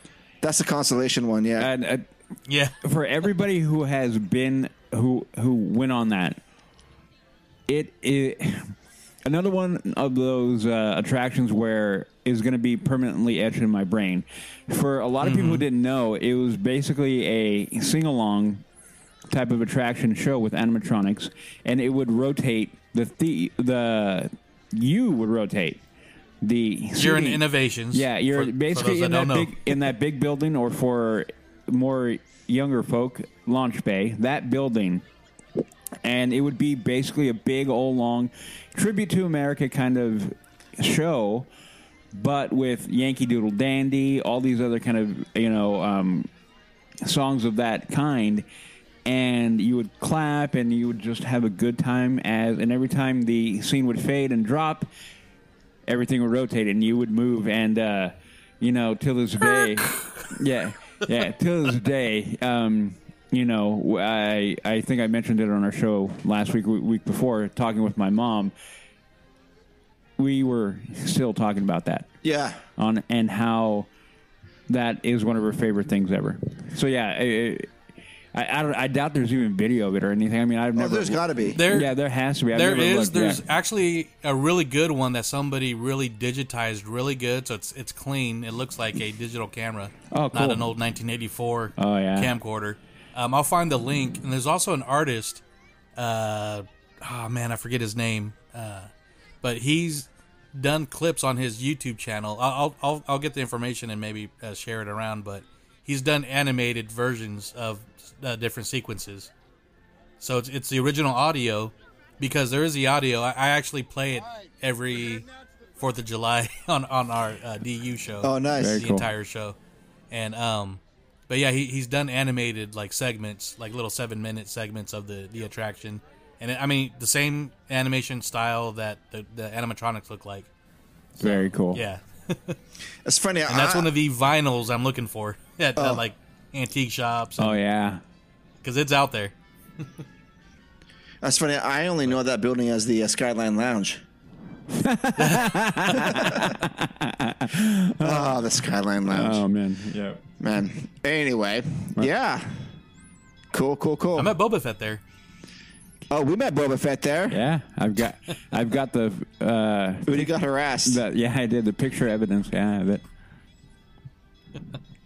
[SPEAKER 7] that's the consolation one, yeah.
[SPEAKER 12] And, uh, *laughs*
[SPEAKER 3] yeah.
[SPEAKER 12] For everybody who has been who who went on that, it it another one of those uh, attractions where is going to be permanently etched in my brain. For a lot of people who didn't know, it was basically a sing along type of attraction show with animatronics, and it would rotate the the the you would rotate the
[SPEAKER 3] You're in
[SPEAKER 12] seating.
[SPEAKER 3] innovations.
[SPEAKER 12] Yeah, you're
[SPEAKER 3] for- for
[SPEAKER 12] basically
[SPEAKER 3] those
[SPEAKER 12] in that
[SPEAKER 3] don't know.
[SPEAKER 12] big in that big building, or for more younger folk, launch bay. That building, and it would be basically a big old long tribute to America kind of show, but with Yankee Doodle Dandy, all these other kind of you know um, songs of that kind. And you would clap, and you would just have a good time. As and every time the scene would fade and drop, everything would rotate and you would move and uh you know till this day yeah yeah till this day um you know i i think i mentioned it on our show last week w- week before talking with my mom we were still talking about that
[SPEAKER 7] yeah
[SPEAKER 12] on and how that is one of her favorite things ever so yeah i I, I, don't, I doubt there's even video of it or anything. I mean, I've never.
[SPEAKER 7] Oh, there's gotta be.
[SPEAKER 3] There-
[SPEAKER 12] yeah, there has to be. I've
[SPEAKER 3] There
[SPEAKER 12] never
[SPEAKER 3] is.
[SPEAKER 12] looked,
[SPEAKER 3] There's
[SPEAKER 12] yeah.
[SPEAKER 3] actually a really good one that somebody really digitized really good, so it's it's clean. It looks like a digital camera,
[SPEAKER 12] Oh, cool.
[SPEAKER 3] not an old 1984
[SPEAKER 12] Oh, yeah.
[SPEAKER 3] camcorder. Um, I'll find the link, and there's also an artist. Uh, oh man, I forget his name, uh, but he's done clips on his YouTube channel. I'll I'll, I'll, I'll get the information and maybe uh, share it around, but. he's done animated versions of uh, different sequences. So it's it's the original audio because there is the audio. I, I actually play it every Fourth of July *laughs* on on our uh, DU show.
[SPEAKER 7] Oh, nice. Very
[SPEAKER 3] the
[SPEAKER 7] cool.
[SPEAKER 3] entire show, and um, but yeah, he, he's done animated like segments, like little seven minute segments of the the attraction, and I mean the same animation style that the, the animatronics look like.
[SPEAKER 12] Very cool.
[SPEAKER 3] Yeah,
[SPEAKER 7] It's funny.
[SPEAKER 3] and that's
[SPEAKER 7] I-
[SPEAKER 3] one of the vinyls I'm looking for *laughs* at,
[SPEAKER 7] Oh.
[SPEAKER 3] at like antique shops
[SPEAKER 12] Oh yeah.
[SPEAKER 3] because it's out there.
[SPEAKER 7] That's funny. I only know that building as the uh, Skyline
[SPEAKER 12] *laughs*
[SPEAKER 7] Lounge. Ah, oh, the Skyline Lounge.
[SPEAKER 12] Oh man. Yeah.
[SPEAKER 7] Man. Anyway, yeah. Cool, cool, cool. I
[SPEAKER 3] met Boba Fett there.
[SPEAKER 7] Oh, we met Boba Fett there.
[SPEAKER 12] Yeah, I've got, I've got the. Uh,
[SPEAKER 7] Udi got harassed.
[SPEAKER 12] the- yeah, I did the picture evidence. Yeah, I have it.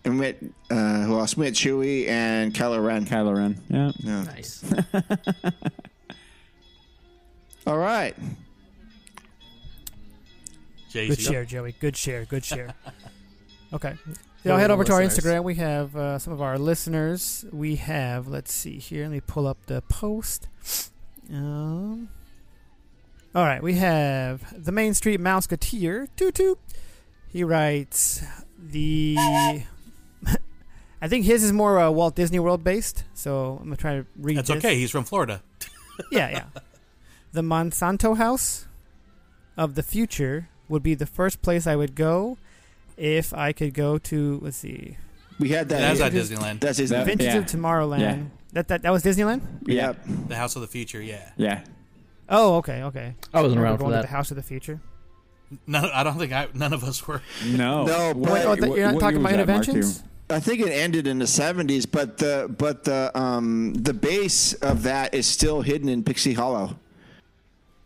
[SPEAKER 7] And we met uh, who else? We met Chewie and Kylo Ren.
[SPEAKER 12] Kylo Ren. Yeah.
[SPEAKER 7] Yeah.
[SPEAKER 5] Nice.
[SPEAKER 7] *laughs* All right.
[SPEAKER 3] JC.
[SPEAKER 1] Good share, Joey. Good share. Good
[SPEAKER 3] *laughs*
[SPEAKER 1] share. okay. Y'all head over to our
[SPEAKER 5] Listeners.
[SPEAKER 1] Instagram. We have uh, some of our listeners. We have, let's see here. Let me pull up the post. Um, all right. We have the Main Street Mouseketeer. Toot toot. He writes the. *laughs* I think his is more uh, Walt Disney World based, so I'm gonna try to read.
[SPEAKER 3] That's
[SPEAKER 1] this.
[SPEAKER 3] okay. He's from Florida.
[SPEAKER 1] yeah, yeah. The Monsanto house of the future would be the first place I would go if I could go to. Let's see.
[SPEAKER 7] We had that.
[SPEAKER 3] That's not Disneyland.
[SPEAKER 7] That's Disneyland.
[SPEAKER 1] Adventures of Tomorrowland.
[SPEAKER 12] Yeah.
[SPEAKER 1] That, that that was Disneyland.
[SPEAKER 7] Yep.
[SPEAKER 3] The House of the Future. Yeah.
[SPEAKER 12] Yeah.
[SPEAKER 1] Oh, okay, okay.
[SPEAKER 5] I wasn't
[SPEAKER 1] We're
[SPEAKER 5] around for
[SPEAKER 1] going
[SPEAKER 5] that.
[SPEAKER 1] To the House of the Future.
[SPEAKER 3] None. I don't think I. None of us were.
[SPEAKER 12] No.
[SPEAKER 7] No,
[SPEAKER 1] Wait,
[SPEAKER 7] but
[SPEAKER 1] oh, th- you're not
[SPEAKER 12] what
[SPEAKER 1] talking
[SPEAKER 12] year
[SPEAKER 1] about
[SPEAKER 12] was that, Mark,
[SPEAKER 1] interventions.
[SPEAKER 12] too?
[SPEAKER 7] I think it ended in the '70s. But the but the um the base of that is still hidden in Pixie Hollow.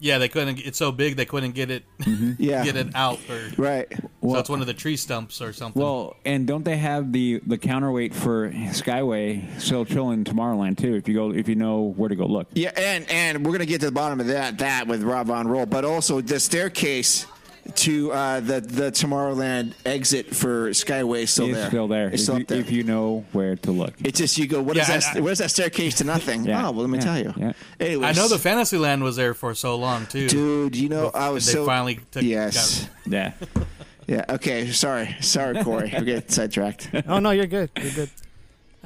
[SPEAKER 3] Yeah, they couldn't. It's so big they couldn't get it. *laughs*
[SPEAKER 7] Yeah.
[SPEAKER 3] Get it out. Or,
[SPEAKER 7] Right.
[SPEAKER 3] so it's one of the tree stumps or something.
[SPEAKER 12] Well, and don't they have the the counterweight for Skyway still chilling Tomorrowland too? If you go, if you know where to go look.
[SPEAKER 7] Yeah, and and we're gonna get to the bottom of that that with Rob Von Roll, but also the staircase to uh, the the Tomorrowland exit for Skyway is still
[SPEAKER 12] it's
[SPEAKER 7] there.
[SPEAKER 12] still there.
[SPEAKER 7] It's
[SPEAKER 12] if,
[SPEAKER 7] still
[SPEAKER 12] you,
[SPEAKER 7] up there.
[SPEAKER 12] if you know where to look.
[SPEAKER 7] it's just you go. What is
[SPEAKER 3] Yeah,
[SPEAKER 7] that?
[SPEAKER 3] I- I-
[SPEAKER 7] what is that staircase to nothing?
[SPEAKER 12] Yeah,
[SPEAKER 7] Oh well, let me
[SPEAKER 12] yeah,
[SPEAKER 7] tell you.
[SPEAKER 12] yeah.
[SPEAKER 7] Anyway,
[SPEAKER 3] I know the Fantasyland was there for so long too.
[SPEAKER 7] dude. You know, I
[SPEAKER 3] They
[SPEAKER 7] was so
[SPEAKER 3] finally took.
[SPEAKER 7] yes.
[SPEAKER 3] got-
[SPEAKER 12] Yeah.
[SPEAKER 7] *laughs* Yeah. Okay. Sorry. Sorry, Corey. We get sidetracked.
[SPEAKER 1] oh no, you're good. You're good.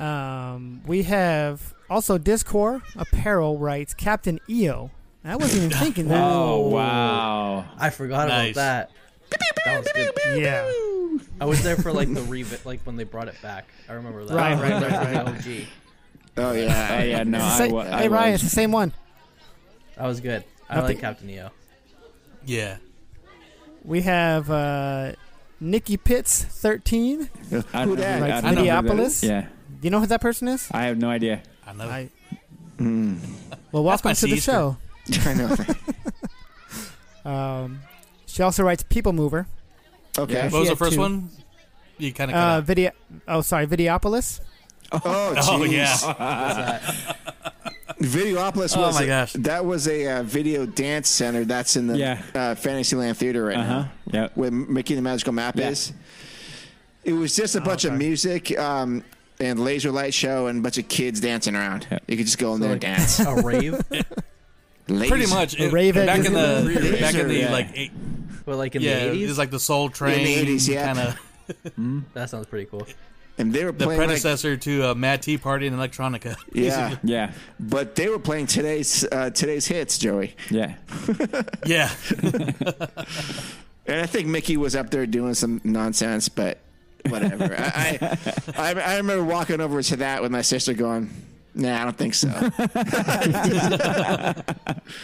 [SPEAKER 1] Um, we have also Discord Apparel writes Captain EO. I wasn't even thinking that.
[SPEAKER 12] Oh *laughs* wow.
[SPEAKER 5] I forgot
[SPEAKER 3] Nice.
[SPEAKER 5] about that. That was good.
[SPEAKER 1] Yeah.
[SPEAKER 5] I was there for like the revit, like when they brought it back. I remember that.
[SPEAKER 1] Right, right,
[SPEAKER 5] *laughs* The
[SPEAKER 1] right, right.
[SPEAKER 5] OG.
[SPEAKER 7] Oh yeah.
[SPEAKER 12] Oh, yeah. No.
[SPEAKER 1] It's the
[SPEAKER 12] I,
[SPEAKER 1] same-
[SPEAKER 12] wa- I
[SPEAKER 1] hey Ryan, it's
[SPEAKER 12] was-
[SPEAKER 1] the same one.
[SPEAKER 5] That was good. I
[SPEAKER 1] Nothing-
[SPEAKER 5] like Captain EO.
[SPEAKER 3] Yeah.
[SPEAKER 1] We have uh, Nikki Pitts, thirteen.
[SPEAKER 12] I
[SPEAKER 7] Who
[SPEAKER 12] don't know
[SPEAKER 7] dat?
[SPEAKER 1] Writes
[SPEAKER 12] I don't know who that
[SPEAKER 1] Minneapolis?
[SPEAKER 12] is. Yeah.
[SPEAKER 1] Do you know who that person is?
[SPEAKER 12] I Hmm. have no idea.
[SPEAKER 3] I know.
[SPEAKER 1] I. Well, welcome
[SPEAKER 3] That's
[SPEAKER 1] to
[SPEAKER 3] my
[SPEAKER 1] the
[SPEAKER 3] sister.
[SPEAKER 1] show.
[SPEAKER 7] *laughs* I know.
[SPEAKER 1] Um, she also writes People Mover.
[SPEAKER 7] Okay.
[SPEAKER 3] what was
[SPEAKER 1] she
[SPEAKER 3] the
[SPEAKER 1] had
[SPEAKER 3] first
[SPEAKER 1] two.
[SPEAKER 3] one? You kind of.
[SPEAKER 1] Uh, video. Oh, sorry, Videopolis.
[SPEAKER 7] Oh,
[SPEAKER 3] oh
[SPEAKER 7] geez.
[SPEAKER 3] yeah.
[SPEAKER 7] Videopolis
[SPEAKER 3] Oh,
[SPEAKER 7] was
[SPEAKER 3] my
[SPEAKER 7] a-
[SPEAKER 3] gosh.
[SPEAKER 7] that was a uh, video dance center that's in the
[SPEAKER 12] Yeah.
[SPEAKER 7] uh, Fantasyland Theater right
[SPEAKER 12] Uh huh.
[SPEAKER 7] now,
[SPEAKER 12] Yeah.
[SPEAKER 7] where Mickey and the Magical Map
[SPEAKER 12] Yeah.
[SPEAKER 7] is. It was just
[SPEAKER 3] Oh,
[SPEAKER 7] a bunch of music um, and laser light show and a bunch of kids dancing around. You could just go in there
[SPEAKER 12] *laughs*
[SPEAKER 7] and dance.
[SPEAKER 5] A
[SPEAKER 10] *laughs*
[SPEAKER 5] rave,
[SPEAKER 7] Laser.
[SPEAKER 3] Pretty much. It,
[SPEAKER 1] Rave at
[SPEAKER 3] back in the
[SPEAKER 7] Disneyland.
[SPEAKER 3] back in the
[SPEAKER 7] Yeah.
[SPEAKER 3] like eight,
[SPEAKER 5] but like in
[SPEAKER 3] yeah,
[SPEAKER 5] the
[SPEAKER 3] it
[SPEAKER 5] eighties.
[SPEAKER 3] was like the Soul Train
[SPEAKER 7] 80s, yeah.
[SPEAKER 3] kind of
[SPEAKER 5] that sounds pretty cool.
[SPEAKER 7] And they were
[SPEAKER 3] the
[SPEAKER 7] playing. like-
[SPEAKER 3] predecessor to uh, Mad Tea Party and Electronica. *laughs*
[SPEAKER 7] yeah,
[SPEAKER 12] Yeah.
[SPEAKER 7] but they were playing today's uh, today's hits, Joey.
[SPEAKER 12] Yeah.
[SPEAKER 3] yeah.
[SPEAKER 7] And I think Mickey was up there doing some nonsense, but whatever. I, I, I I remember walking over to that with my sister, going, "Nah, I don't think so."
[SPEAKER 12] *laughs*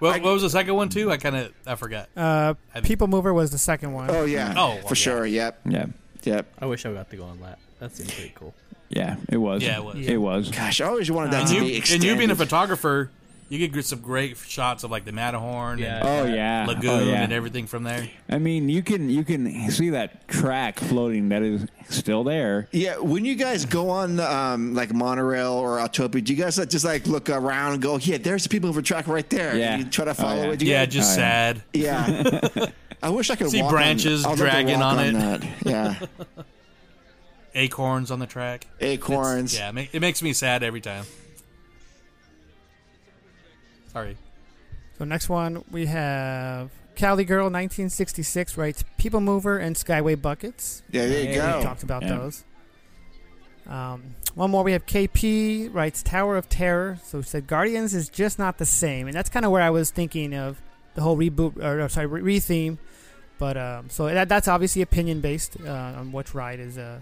[SPEAKER 3] What, what was the second one too? I kind of I forgot.
[SPEAKER 1] Uh,
[SPEAKER 3] I-
[SPEAKER 1] People Mover was the second one.
[SPEAKER 7] Oh yeah.
[SPEAKER 3] Oh, well,
[SPEAKER 7] for sure. Yep.
[SPEAKER 12] Yeah.
[SPEAKER 7] Yep.
[SPEAKER 5] I wish I got to go on that. That seems pretty cool.
[SPEAKER 12] Yeah. It was.
[SPEAKER 3] Yeah, it was.
[SPEAKER 12] It was.
[SPEAKER 7] Gosh, I always wanted that
[SPEAKER 3] and
[SPEAKER 7] to
[SPEAKER 3] you
[SPEAKER 7] be
[SPEAKER 3] and
[SPEAKER 7] extended.
[SPEAKER 3] you being a photographer, you could get some great shots of like the Matterhorn
[SPEAKER 5] Yeah.
[SPEAKER 12] Oh yeah.
[SPEAKER 3] and lagoon
[SPEAKER 12] oh, yeah.
[SPEAKER 3] and everything from there.
[SPEAKER 12] I mean, you can you can see that track floating that is still there.
[SPEAKER 7] yeah, when you guys go on um, like monorail or Autopia, do you guys like, just like look around and go, "Yeah, there's the people over track right there."
[SPEAKER 12] Yeah.
[SPEAKER 7] You try to
[SPEAKER 12] Oh,
[SPEAKER 7] follow
[SPEAKER 12] yeah.
[SPEAKER 7] it. Do you
[SPEAKER 3] Yeah,
[SPEAKER 7] guys-
[SPEAKER 3] just
[SPEAKER 12] Oh, yeah.
[SPEAKER 3] sad.
[SPEAKER 12] *laughs*
[SPEAKER 7] yeah. I wish I could
[SPEAKER 3] See
[SPEAKER 7] walk on-
[SPEAKER 3] branches
[SPEAKER 7] I'd love
[SPEAKER 3] *laughs*
[SPEAKER 7] to
[SPEAKER 3] dragging
[SPEAKER 7] walk
[SPEAKER 3] on it.
[SPEAKER 7] that. Yeah.
[SPEAKER 3] acorns on the track.
[SPEAKER 7] Acorns.
[SPEAKER 3] It's- yeah, it ma- it makes me sad every time. Sorry.
[SPEAKER 1] So next one we have Cali Girl 1966 writes People Mover and Skyway Buckets.
[SPEAKER 7] Yeah, there you
[SPEAKER 1] We
[SPEAKER 7] go.
[SPEAKER 1] talked about
[SPEAKER 7] Yeah.
[SPEAKER 1] those. Um, one more we have KP writes Tower of Terror. So he said Guardians is just not the same, and that's kind of where I was thinking of the whole reboot or, or sorry re theme. But um, so that, that's obviously opinion based uh, on which ride is uh,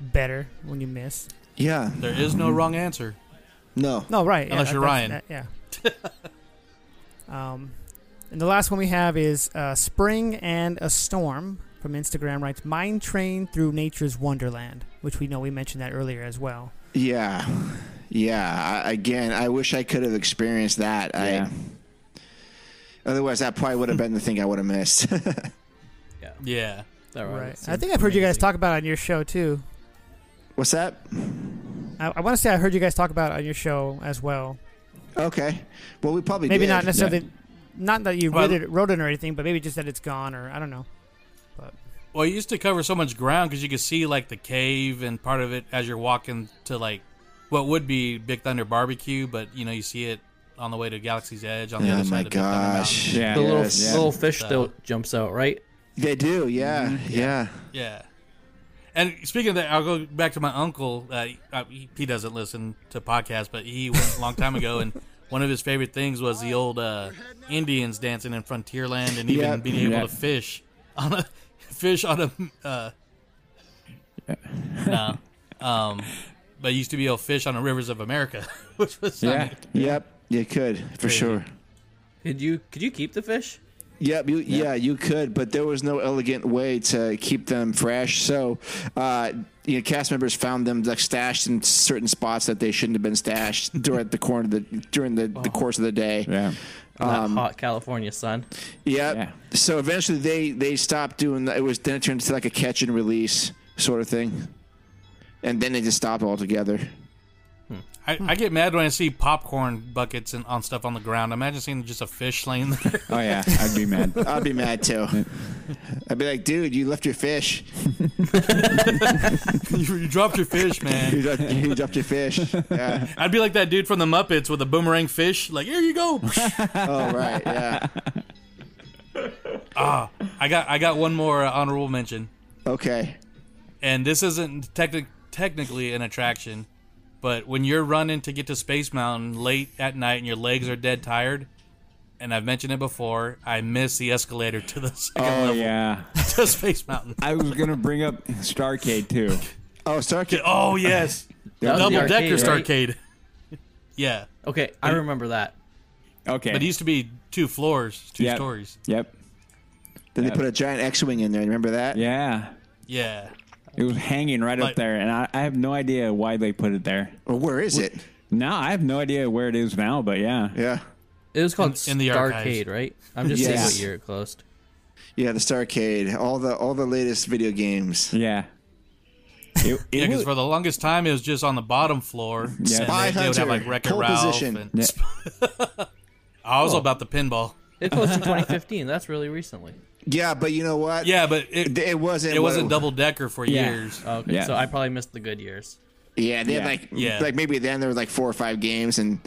[SPEAKER 1] better when you miss.
[SPEAKER 7] Yeah.
[SPEAKER 3] There is no wrong answer.
[SPEAKER 7] No.
[SPEAKER 1] No, right. yeah,
[SPEAKER 3] Unless
[SPEAKER 1] that-
[SPEAKER 3] you're Ryan.
[SPEAKER 1] that's- that- yeah. *laughs* um, and the last one we have is uh, Spring and a Storm from Instagram writes Mind Train Through Nature's Wonderland, which we know we mentioned that earlier as well.
[SPEAKER 7] Yeah. Yeah. I, again, I wish I could have experienced that. I, otherwise, that probably would have been the thing I would have missed. *laughs*
[SPEAKER 3] Yeah.
[SPEAKER 1] Right. I think I've heard you guys talk about it on your show too.
[SPEAKER 7] What's that?
[SPEAKER 1] I, I want to say I heard you guys talk about it on your show as well.
[SPEAKER 7] Okay. Well, we probably
[SPEAKER 1] maybe
[SPEAKER 7] did.
[SPEAKER 1] not necessarily, not that you
[SPEAKER 3] Well-
[SPEAKER 1] wrote it, wrote it or anything, but maybe just that it's gone or I don't know. But
[SPEAKER 3] Well, it used to cover so much ground because you could see like the cave and part of it as you're walking to like what would be Big Thunder Barbecue, but you know you see it on the way to Galaxy's Edge on the
[SPEAKER 7] Oh
[SPEAKER 3] other
[SPEAKER 7] my
[SPEAKER 3] side of Big Thunder Mountain.
[SPEAKER 7] gosh.
[SPEAKER 5] Yeah. The little,
[SPEAKER 7] Yes.
[SPEAKER 5] little Mm-hmm. fish
[SPEAKER 3] So-
[SPEAKER 5] still jumps out, right?
[SPEAKER 7] They do. Yeah. Yeah.
[SPEAKER 3] Yeah. And speaking of that, I'll go back to my uncle. Uh, uh, he, he doesn't listen to podcasts, but he went a long time ago, and one of his favorite things was the old uh, Indians dancing in Frontierland, and even
[SPEAKER 7] Yep.
[SPEAKER 3] being able
[SPEAKER 7] Yep.
[SPEAKER 3] to fish on a *laughs* fish on a uh, no, um, but used to be able to fish on the rivers of America, *laughs* which was
[SPEAKER 7] Yeah. Yep. You could for
[SPEAKER 3] Crazy.
[SPEAKER 7] sure.
[SPEAKER 5] Could you could you keep the fish?
[SPEAKER 7] Yep, you, yeah, you could, but there was no elegant way to keep them fresh. So, uh, you know, cast members found them like stashed in certain spots that they shouldn't have been stashed *laughs* during the corner of the during the, the course of the day. Oh. Yeah.
[SPEAKER 5] In that hot California sun.
[SPEAKER 7] Yep. So eventually they they stopped doing that. It was then it turned into like a catch and release sort of thing, and then they just stopped altogether.
[SPEAKER 3] I, I get mad when I see popcorn buckets and on stuff on the ground. Imagine seeing just a fish laying there. *laughs*
[SPEAKER 7] Oh yeah, I'd be mad. *laughs* I'd be mad too. I'd be like, dude, you left your fish.
[SPEAKER 3] you, you dropped your fish, man.
[SPEAKER 7] *laughs* You dropped, you dropped your fish. *laughs* Yeah.
[SPEAKER 3] I'd be like that dude from the Muppets with a boomerang fish. Like, here you go.
[SPEAKER 7] Oh right, yeah.
[SPEAKER 3] ah, *laughs* I got I got one more uh, honorable mention,
[SPEAKER 7] Okay.
[SPEAKER 3] and this isn't techni- technically an attraction, but when you're running to get to Space Mountain late at night and your legs are dead tired, and I've mentioned it before, I miss the escalator to the *laughs* second
[SPEAKER 12] Oh
[SPEAKER 3] level
[SPEAKER 12] yeah.
[SPEAKER 3] to Space Mountain.
[SPEAKER 12] I was gonna bring up Starcade too.
[SPEAKER 7] *laughs* Oh, Starcade.
[SPEAKER 3] Oh yes,
[SPEAKER 12] *laughs* That was the
[SPEAKER 3] double
[SPEAKER 12] arcade,
[SPEAKER 3] decker
[SPEAKER 12] right?
[SPEAKER 3] Starcade. *laughs* yeah.
[SPEAKER 5] Okay, I remember that.
[SPEAKER 12] Okay.
[SPEAKER 3] But it used to be two floors, two stories.
[SPEAKER 12] Yep.
[SPEAKER 7] Then they put a giant X-wing in there. Remember that?
[SPEAKER 12] Yeah.
[SPEAKER 3] Yeah.
[SPEAKER 12] It was hanging right up
[SPEAKER 3] Like-
[SPEAKER 12] there, and I, I have no idea why they put it there.
[SPEAKER 7] Or where is it?
[SPEAKER 12] No, I have no idea where it is now, but yeah.
[SPEAKER 7] Yeah.
[SPEAKER 5] It was called
[SPEAKER 3] In- in the archives.
[SPEAKER 5] Starcade, right? I'm just saying
[SPEAKER 7] Yes.
[SPEAKER 5] what year it closed.
[SPEAKER 7] Yeah, the Starcade. All the all the latest video games.
[SPEAKER 12] Yeah. It, it
[SPEAKER 3] *laughs* Yeah, because
[SPEAKER 12] was-
[SPEAKER 3] for the longest time it was just on the bottom floor.
[SPEAKER 12] Yeah.
[SPEAKER 3] and
[SPEAKER 7] Spy
[SPEAKER 3] they, they would have
[SPEAKER 7] Hunter,
[SPEAKER 3] like Wreck-It
[SPEAKER 7] pole
[SPEAKER 3] Ralph.
[SPEAKER 7] position.
[SPEAKER 3] And,
[SPEAKER 12] Yeah.
[SPEAKER 3] *laughs* I was about the pinball.
[SPEAKER 5] It
[SPEAKER 3] *laughs*
[SPEAKER 5] closed in 2015. That's really recently.
[SPEAKER 7] Yeah, but you know what?
[SPEAKER 3] Yeah, but it,
[SPEAKER 7] It, it wasn't.
[SPEAKER 3] it wasn't
[SPEAKER 7] what-
[SPEAKER 3] double decker for
[SPEAKER 12] Yeah.
[SPEAKER 3] years.
[SPEAKER 5] Okay,
[SPEAKER 12] Yeah.
[SPEAKER 5] so I probably missed the good years.
[SPEAKER 7] Yeah, they had
[SPEAKER 12] Yeah.
[SPEAKER 7] like
[SPEAKER 3] Yeah.
[SPEAKER 7] like maybe then there was like four or five games and.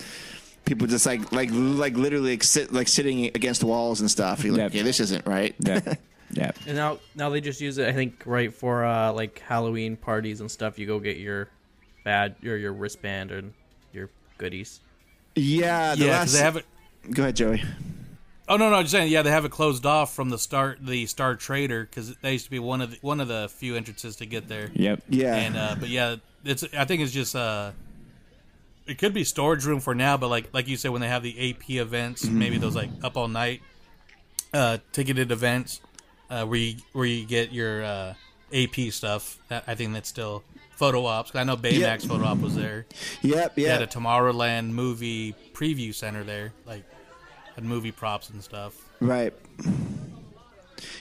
[SPEAKER 7] People just like like like literally like, sit, like sitting against walls and stuff. You're like,
[SPEAKER 12] Yeah.
[SPEAKER 7] yeah, this isn't right.
[SPEAKER 12] yeah. Yeah.
[SPEAKER 5] And now, now they just use it. I think right for uh, like Halloween parties and stuff. You go get your bad, your your wristband and your goodies.
[SPEAKER 7] *laughs* yeah, the
[SPEAKER 3] yeah,
[SPEAKER 7] last.
[SPEAKER 3] because they have it.
[SPEAKER 7] Go ahead, Joey.
[SPEAKER 3] Oh no, no, I'm just saying. Yeah, they have it closed off from the start. The Star Trader because that used to be one of the, one of the few entrances to get there.
[SPEAKER 12] Yep.
[SPEAKER 7] Yeah,
[SPEAKER 3] And uh, but yeah, it's I think it's just uh, it could be storage room for now, but like like you said, when they have the AP events,
[SPEAKER 7] Mm-hmm.
[SPEAKER 3] maybe those like up all night, uh, ticketed events, uh, where you where you get your uh, AP stuff. That, I think that's still photo ops. 'Cause I know Baymax
[SPEAKER 7] Yeah.
[SPEAKER 3] photo op was there.
[SPEAKER 7] yep,
[SPEAKER 3] They
[SPEAKER 7] yeah.
[SPEAKER 3] had a Tomorrowland movie preview center there, like had movie props and stuff.
[SPEAKER 7] Right.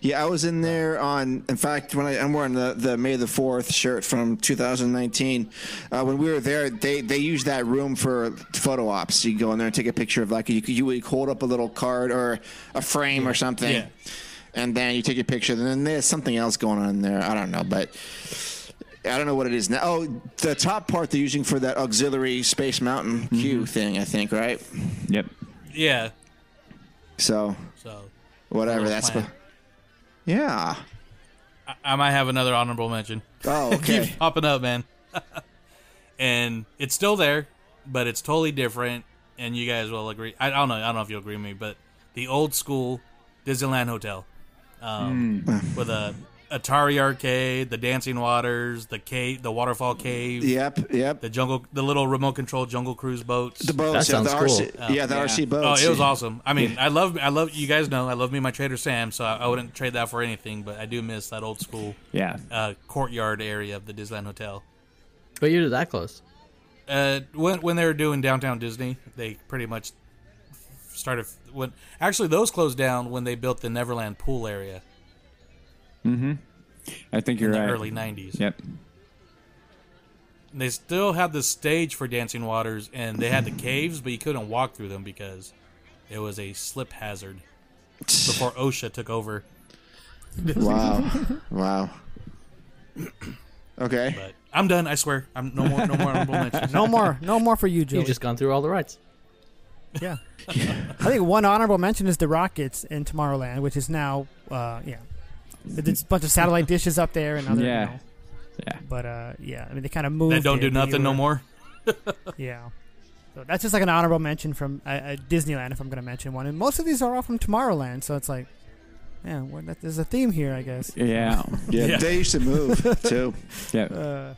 [SPEAKER 7] Yeah, I was in there on. In fact, when I, I'm wearing the, the May the Fourth shirt from 2019, uh, when we were there, they they used that room for photo ops. You go in there and take a picture of like you you would hold up a little card or a frame or something,
[SPEAKER 3] Yeah.
[SPEAKER 7] and then you take a picture. And then there's something else going on in there. I don't know, but I don't know what it is now. Oh, the top part they're using for that auxiliary Space Mountain
[SPEAKER 3] Mm-hmm.
[SPEAKER 7] Q thing, I think, right?
[SPEAKER 12] Yep.
[SPEAKER 3] Yeah.
[SPEAKER 7] So,
[SPEAKER 3] So
[SPEAKER 7] whatever.
[SPEAKER 3] Little
[SPEAKER 7] That's.
[SPEAKER 3] plant.
[SPEAKER 7] bu- yeah.
[SPEAKER 3] I, I might have another honorable mention. *laughs*
[SPEAKER 7] Oh, okay.
[SPEAKER 3] Keeps popping up, man. *laughs* and it's still there, but it's totally different. And you guys will agree. I, I don't know. I don't know if you'll agree with me, but the old school Disneyland hotel um,
[SPEAKER 7] *laughs* Mm.
[SPEAKER 3] with a Atari arcade, the dancing waters, the cave, the waterfall cave.
[SPEAKER 7] Yep, yep.
[SPEAKER 3] The jungle, the little remote control jungle cruise boats.
[SPEAKER 7] The boats, That yeah, the sounds RC cool. yeah, the RC boats,
[SPEAKER 3] Oh, it was
[SPEAKER 7] yeah.
[SPEAKER 3] awesome. I mean, I love, I love. You guys know, I love me my Trader Sam, so I, I wouldn't trade that for anything. But I do miss that old school,
[SPEAKER 12] Yeah.
[SPEAKER 3] uh, courtyard area of the Disneyland Hotel.
[SPEAKER 5] What year did that close?
[SPEAKER 3] Uh, when when they were doing Downtown Disney, they pretty much started when actually those closed down when they built the Neverland pool area.
[SPEAKER 12] Mm-hmm. I think you're
[SPEAKER 3] the
[SPEAKER 12] right.
[SPEAKER 3] early 90s.
[SPEAKER 12] Yep.
[SPEAKER 3] And they still had the stage for Dancing Waters, and they had the caves, but you couldn't walk through them because it was a slip hazard before OSHA took over. *laughs*
[SPEAKER 7] Wow. wow. Okay.
[SPEAKER 3] But I'm done. I swear. I'm no more. No more honorable mentions. *laughs*
[SPEAKER 1] No more. No more for you, Joey.
[SPEAKER 5] You've just gone through all the rides.
[SPEAKER 1] Yeah. *laughs* I think one honorable mention is the Rockets in Tomorrowland, which is now, uh, yeah, there's a bunch of satellite dishes up there and other. you
[SPEAKER 12] Yeah.
[SPEAKER 1] know.
[SPEAKER 12] Yeah.
[SPEAKER 1] But uh, yeah, I mean they kind of moved.
[SPEAKER 3] That don't
[SPEAKER 1] it.
[SPEAKER 3] do
[SPEAKER 1] They
[SPEAKER 3] nothing no
[SPEAKER 1] were-
[SPEAKER 3] more.
[SPEAKER 1] yeah. So that's just like an honorable mention from uh, uh, Disneyland, if I'm going to mention one. And most of these are all from Tomorrowland, so it's like, yeah, well, that, there's a theme here, I guess.
[SPEAKER 12] Yeah.
[SPEAKER 7] yeah. They used
[SPEAKER 3] *laughs*
[SPEAKER 7] to move too.
[SPEAKER 12] Yeah.
[SPEAKER 1] Uh,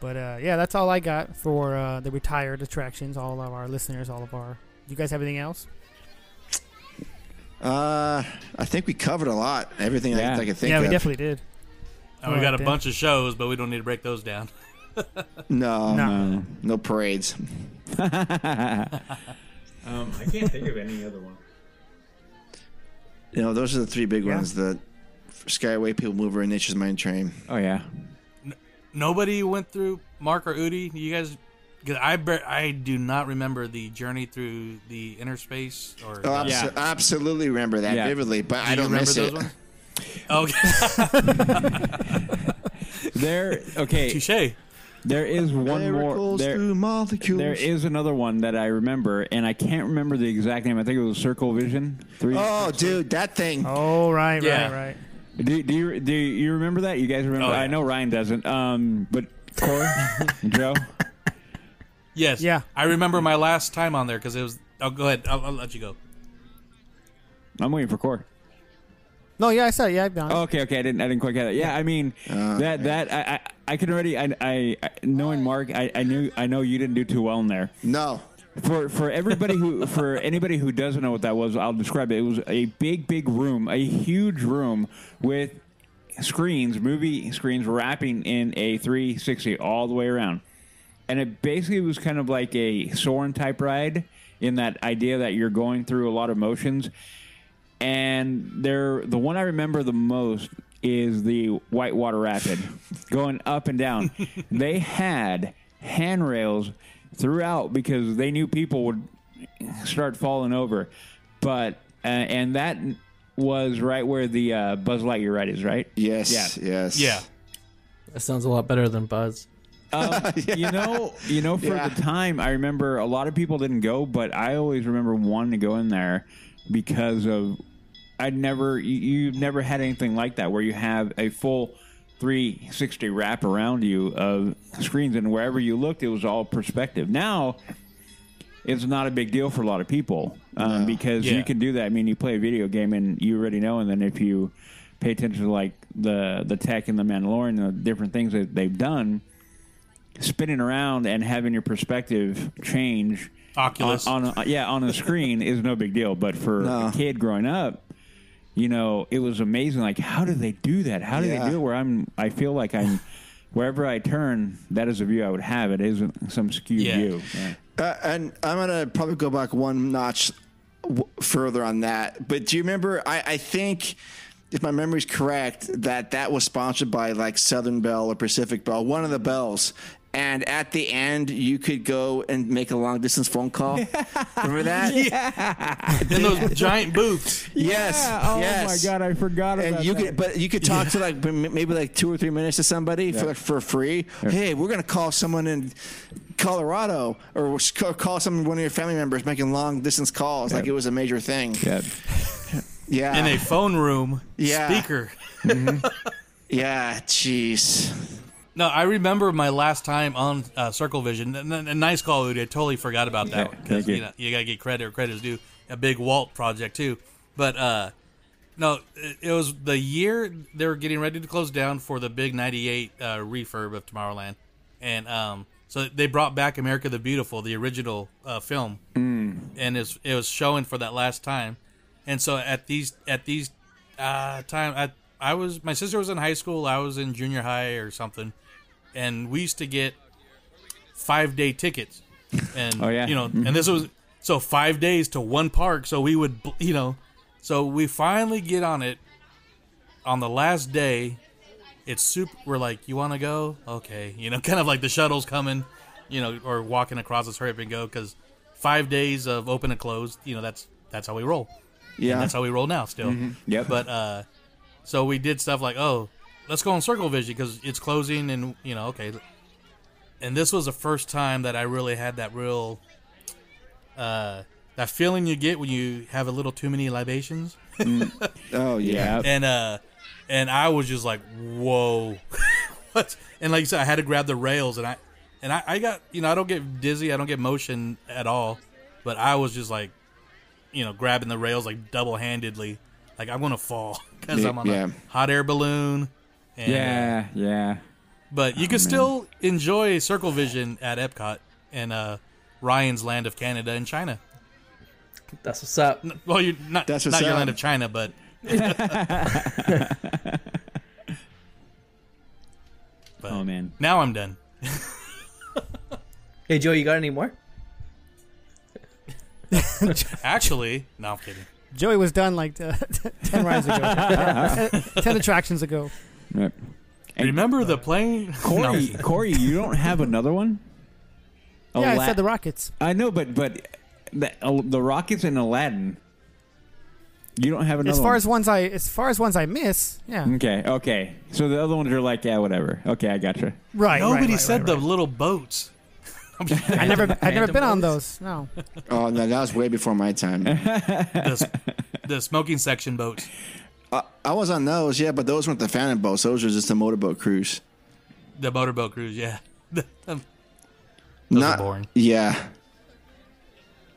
[SPEAKER 1] but uh, yeah, that's all I got for uh, the retired attractions. All of our listeners, all of our. You guys have anything else?
[SPEAKER 7] Uh, I think we covered a lot. Everything I, I could think
[SPEAKER 1] yeah,
[SPEAKER 7] of.
[SPEAKER 1] we definitely did.
[SPEAKER 3] And we got a bunch of shows, but we don't need to break those down.
[SPEAKER 1] No.
[SPEAKER 7] No, no, no parades.
[SPEAKER 13] Um, I can't think of any other one.
[SPEAKER 7] You know, those are the three big
[SPEAKER 13] Yeah.
[SPEAKER 7] ones: the Skyway, People Mover, and Nature's Mind Train.
[SPEAKER 12] *laughs* Oh yeah.
[SPEAKER 3] Nobody went through Mark or Udi. You guys, 'cause I bar- I do not remember the journey through the inner space or.
[SPEAKER 7] Oh, abso- absolutely remember that
[SPEAKER 3] Yeah.
[SPEAKER 7] vividly, but
[SPEAKER 3] Do
[SPEAKER 7] I
[SPEAKER 3] you
[SPEAKER 7] don't miss it.
[SPEAKER 3] remember those *laughs* ones? Okay.
[SPEAKER 12] There. Okay.
[SPEAKER 3] *laughs* Touche.
[SPEAKER 12] There is one more.
[SPEAKER 7] Miracles
[SPEAKER 12] There,
[SPEAKER 7] through molecules.
[SPEAKER 12] there is another one that I remember, and I can't remember the exact name. I think it was Circle Vision Three.
[SPEAKER 7] Oh, dude, that thing.
[SPEAKER 1] Oh, right,
[SPEAKER 12] Yeah.
[SPEAKER 1] right, right.
[SPEAKER 12] Do, do you do you remember that? You guys remember?
[SPEAKER 3] Oh, yeah.
[SPEAKER 12] I know Ryan doesn't. Um, but
[SPEAKER 3] *laughs*
[SPEAKER 12] Corey, Joe.
[SPEAKER 3] Yes. Yeah. I remember my last time on there because it was. Oh, go ahead. I'll, I'll let you go.
[SPEAKER 12] I'm waiting for Corey.
[SPEAKER 1] No, yeah, I said, yeah, I've done.
[SPEAKER 12] Oh, okay, okay. I didn't, I didn't quite get it. Yeah, I mean
[SPEAKER 3] Uh,
[SPEAKER 12] that that I, I I can already I, I I- knowing Mark, I, I knew I know you didn't do too well in there.
[SPEAKER 7] No.
[SPEAKER 12] For for everybody who for anybody who doesn't know what that was, I'll describe it. It was a big big room, a huge room with screens, movie screens wrapping in a 360 all the way around. And it basically was kind of like a Soren type ride in that idea that you're going through a lot of motions and there the one I remember the most is the Whitewater Rapid *laughs* going up and down. they had handrails throughout because they knew people would start falling over. But uh, and that was right where the uh, Buzz Lightyear ride is, right?
[SPEAKER 7] Yes. Yes. *laughs*
[SPEAKER 5] That sounds a lot better than Buzz.
[SPEAKER 12] Um, You know, you know. For
[SPEAKER 5] Yeah.
[SPEAKER 12] the time, I remember a lot of people didn't go, but I always remember wanting to go in there because of I'd never, you, you've never had anything like that where you have a full 360 wrap around you of screens, and wherever you looked, it was all perspective. Now, it's not a big deal for a lot of people um, because
[SPEAKER 13] Yeah.
[SPEAKER 12] you can do that. I mean, you play a video game and you already know, and then if you pay attention to like the the tech and the Mandalorian, the different things that they've done, spinning around and having your perspective change
[SPEAKER 3] Oculus. *laughs*
[SPEAKER 12] on, on a, yeah on a screen is no big deal, but for
[SPEAKER 7] No.
[SPEAKER 12] a kid growing up. You know, it was amazing. Like, how do they do that? How do
[SPEAKER 7] Yeah.
[SPEAKER 12] they do it? Where I'm, I feel like I'm, wherever I turn, that is a view I would have. It isn't some skewed view. Yeah.
[SPEAKER 7] Uh, and I'm gonna probably go back one notch w- further on that. But do you remember? I, I think, if my memory's correct, that that was sponsored by like Southern Bell or Pacific Bell, one of the bells. And at the end, you could go and make a long distance
[SPEAKER 12] *laughs*
[SPEAKER 7] phone call. Remember that? Yeah.
[SPEAKER 3] In those giant booths.
[SPEAKER 7] Yes.
[SPEAKER 12] Yeah. Oh,
[SPEAKER 7] yes.
[SPEAKER 12] my God, I forgot about
[SPEAKER 7] and you
[SPEAKER 12] that.
[SPEAKER 7] could, but you could talk to like m- maybe like two or three minutes to somebody for for free. Hey, we're gonna call someone in Colorado or we'll s- call some one of your family members making long distance calls. Like it was a major thing.
[SPEAKER 12] Yeah.
[SPEAKER 3] *laughs*
[SPEAKER 7] Yeah.
[SPEAKER 3] In a phone room.
[SPEAKER 7] Yeah.
[SPEAKER 3] Speaker.
[SPEAKER 7] yeah. Jeez.
[SPEAKER 3] No, I remember my last time on uh, Circle Vision. And, and, and nice call, Udi. I totally forgot about that one. 'cause,
[SPEAKER 12] thank you.
[SPEAKER 3] know, you gotta get credit where credit is due. A big Walt project too, but uh, no, it, it was the year they were getting ready to close down for the big '98 uh, refurb of Tomorrowland, and um, so they brought back America the Beautiful, the original uh, film,
[SPEAKER 12] Mm.
[SPEAKER 3] and it's, it was showing for that last time, and so at these at these uh, time I I was my sister was in high school, I was in junior high or something, and we used to get five day tickets, and
[SPEAKER 12] Oh, yeah.
[SPEAKER 3] you know, and this was so five days to one park, so we would you know, so we finally get on it on the last day. It's super. We're like, you want to go? Okay, you know, *laughs* kind of like the shuttle's coming, you know, or walking across. Let's hurry up and go because five days of open and closed. You know, that's that's how we roll. And
[SPEAKER 12] Yeah.
[SPEAKER 3] that's how we roll now. Still,
[SPEAKER 12] Mhm. Yep.
[SPEAKER 3] But uh, so we did stuff like, oh, let's go on Circle Vision because it's closing, and you know, okay. And this was the first time that I really had that real, uh, that feeling you get when you have a little too many libations.
[SPEAKER 7] Oh yeah.
[SPEAKER 3] And uh, and I was just like, whoa, *laughs* what? And like you said, I had to grab the rails, and I, and I, I got, you know, I don't get dizzy, I don't get motion at all, but I was just like, you know, grabbing the rails like double handedly, like I'm gonna fall *laughs* because
[SPEAKER 12] Yeah,
[SPEAKER 3] I'm on
[SPEAKER 12] yeah.
[SPEAKER 3] a hot air balloon. And, uh,
[SPEAKER 12] yeah, yeah.
[SPEAKER 3] but you
[SPEAKER 12] Oh,
[SPEAKER 3] can still enjoy Circle Vision at Epcot and uh, Ryan's Land of Canada and China.
[SPEAKER 5] That's what's up.
[SPEAKER 3] Well, you're not
[SPEAKER 5] That's what's
[SPEAKER 3] not your
[SPEAKER 5] up.
[SPEAKER 3] land of China, but
[SPEAKER 12] oh man.
[SPEAKER 3] now I'm done.
[SPEAKER 5] Hey Joe, you got any more?
[SPEAKER 3] Actually, no, I'm kidding.
[SPEAKER 1] Joey was done like *laughs* uh, ten rides ago, Uh,
[SPEAKER 12] *laughs*
[SPEAKER 1] ten attractions ago.
[SPEAKER 3] Remember the plane? *laughs*
[SPEAKER 12] Corey, Corey, you don't have another one?
[SPEAKER 1] Yeah, I
[SPEAKER 12] Ala-
[SPEAKER 1] said the Rockets.
[SPEAKER 12] I know, but but the, uh, the Rockets and Aladdin. You don't have another.
[SPEAKER 1] As far
[SPEAKER 12] one. Mm.
[SPEAKER 1] as ones I, as far as ones I miss, yeah,
[SPEAKER 12] Okay, okay. So the other ones are like, yeah, whatever. Okay, I gotcha.
[SPEAKER 1] right.
[SPEAKER 3] Nobody
[SPEAKER 1] right, right,
[SPEAKER 3] said
[SPEAKER 1] right,
[SPEAKER 3] the little boats.
[SPEAKER 1] I never, I've never been on those. No,
[SPEAKER 7] Oh no, that was way before
[SPEAKER 12] *laughs*
[SPEAKER 7] my time.
[SPEAKER 3] the smoking section boats.
[SPEAKER 7] I, I was on those, yeah, but those weren't the Phantom boats. Those were just the motorboat cruise.
[SPEAKER 3] The motorboat cruise, yeah. Um,
[SPEAKER 7] Those Not boring. Yeah.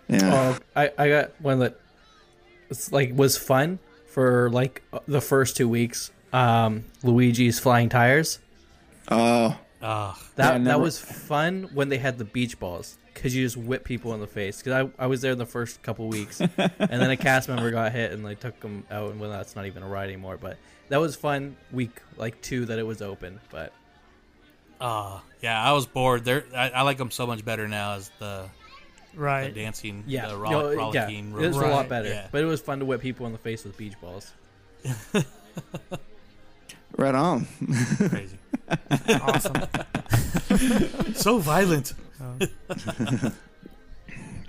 [SPEAKER 7] Yeah.
[SPEAKER 5] Oh, I, I got one that it's like was fun for like the first two weeks. Um, Luigi's flying tires.
[SPEAKER 7] Oh,
[SPEAKER 3] Ah,
[SPEAKER 5] that
[SPEAKER 12] Yeah,
[SPEAKER 5] that
[SPEAKER 12] never-
[SPEAKER 5] was fun when they had the beach balls because you just whip people in the face. Because I, I was there the first couple
[SPEAKER 12] *laughs*
[SPEAKER 5] weeks, and then a cast member got hit and they took him out. And well, that's not even a ride anymore. But that was fun week like two that it was open. But
[SPEAKER 3] Ah, yeah. I was bored. There, I, I like them so much better now as the
[SPEAKER 1] *laughs* Right.
[SPEAKER 3] the dancing,
[SPEAKER 5] yeah,
[SPEAKER 3] the
[SPEAKER 5] no,
[SPEAKER 3] roll,
[SPEAKER 5] yeah,
[SPEAKER 3] rollicking,
[SPEAKER 5] it
[SPEAKER 3] roll-
[SPEAKER 5] was a lot
[SPEAKER 3] Right,
[SPEAKER 5] better.
[SPEAKER 3] yeah.
[SPEAKER 5] But it was fun to whip people in the face with beach balls.
[SPEAKER 7] Right on.
[SPEAKER 5] *laughs*
[SPEAKER 3] Crazy. *laughs* so violent.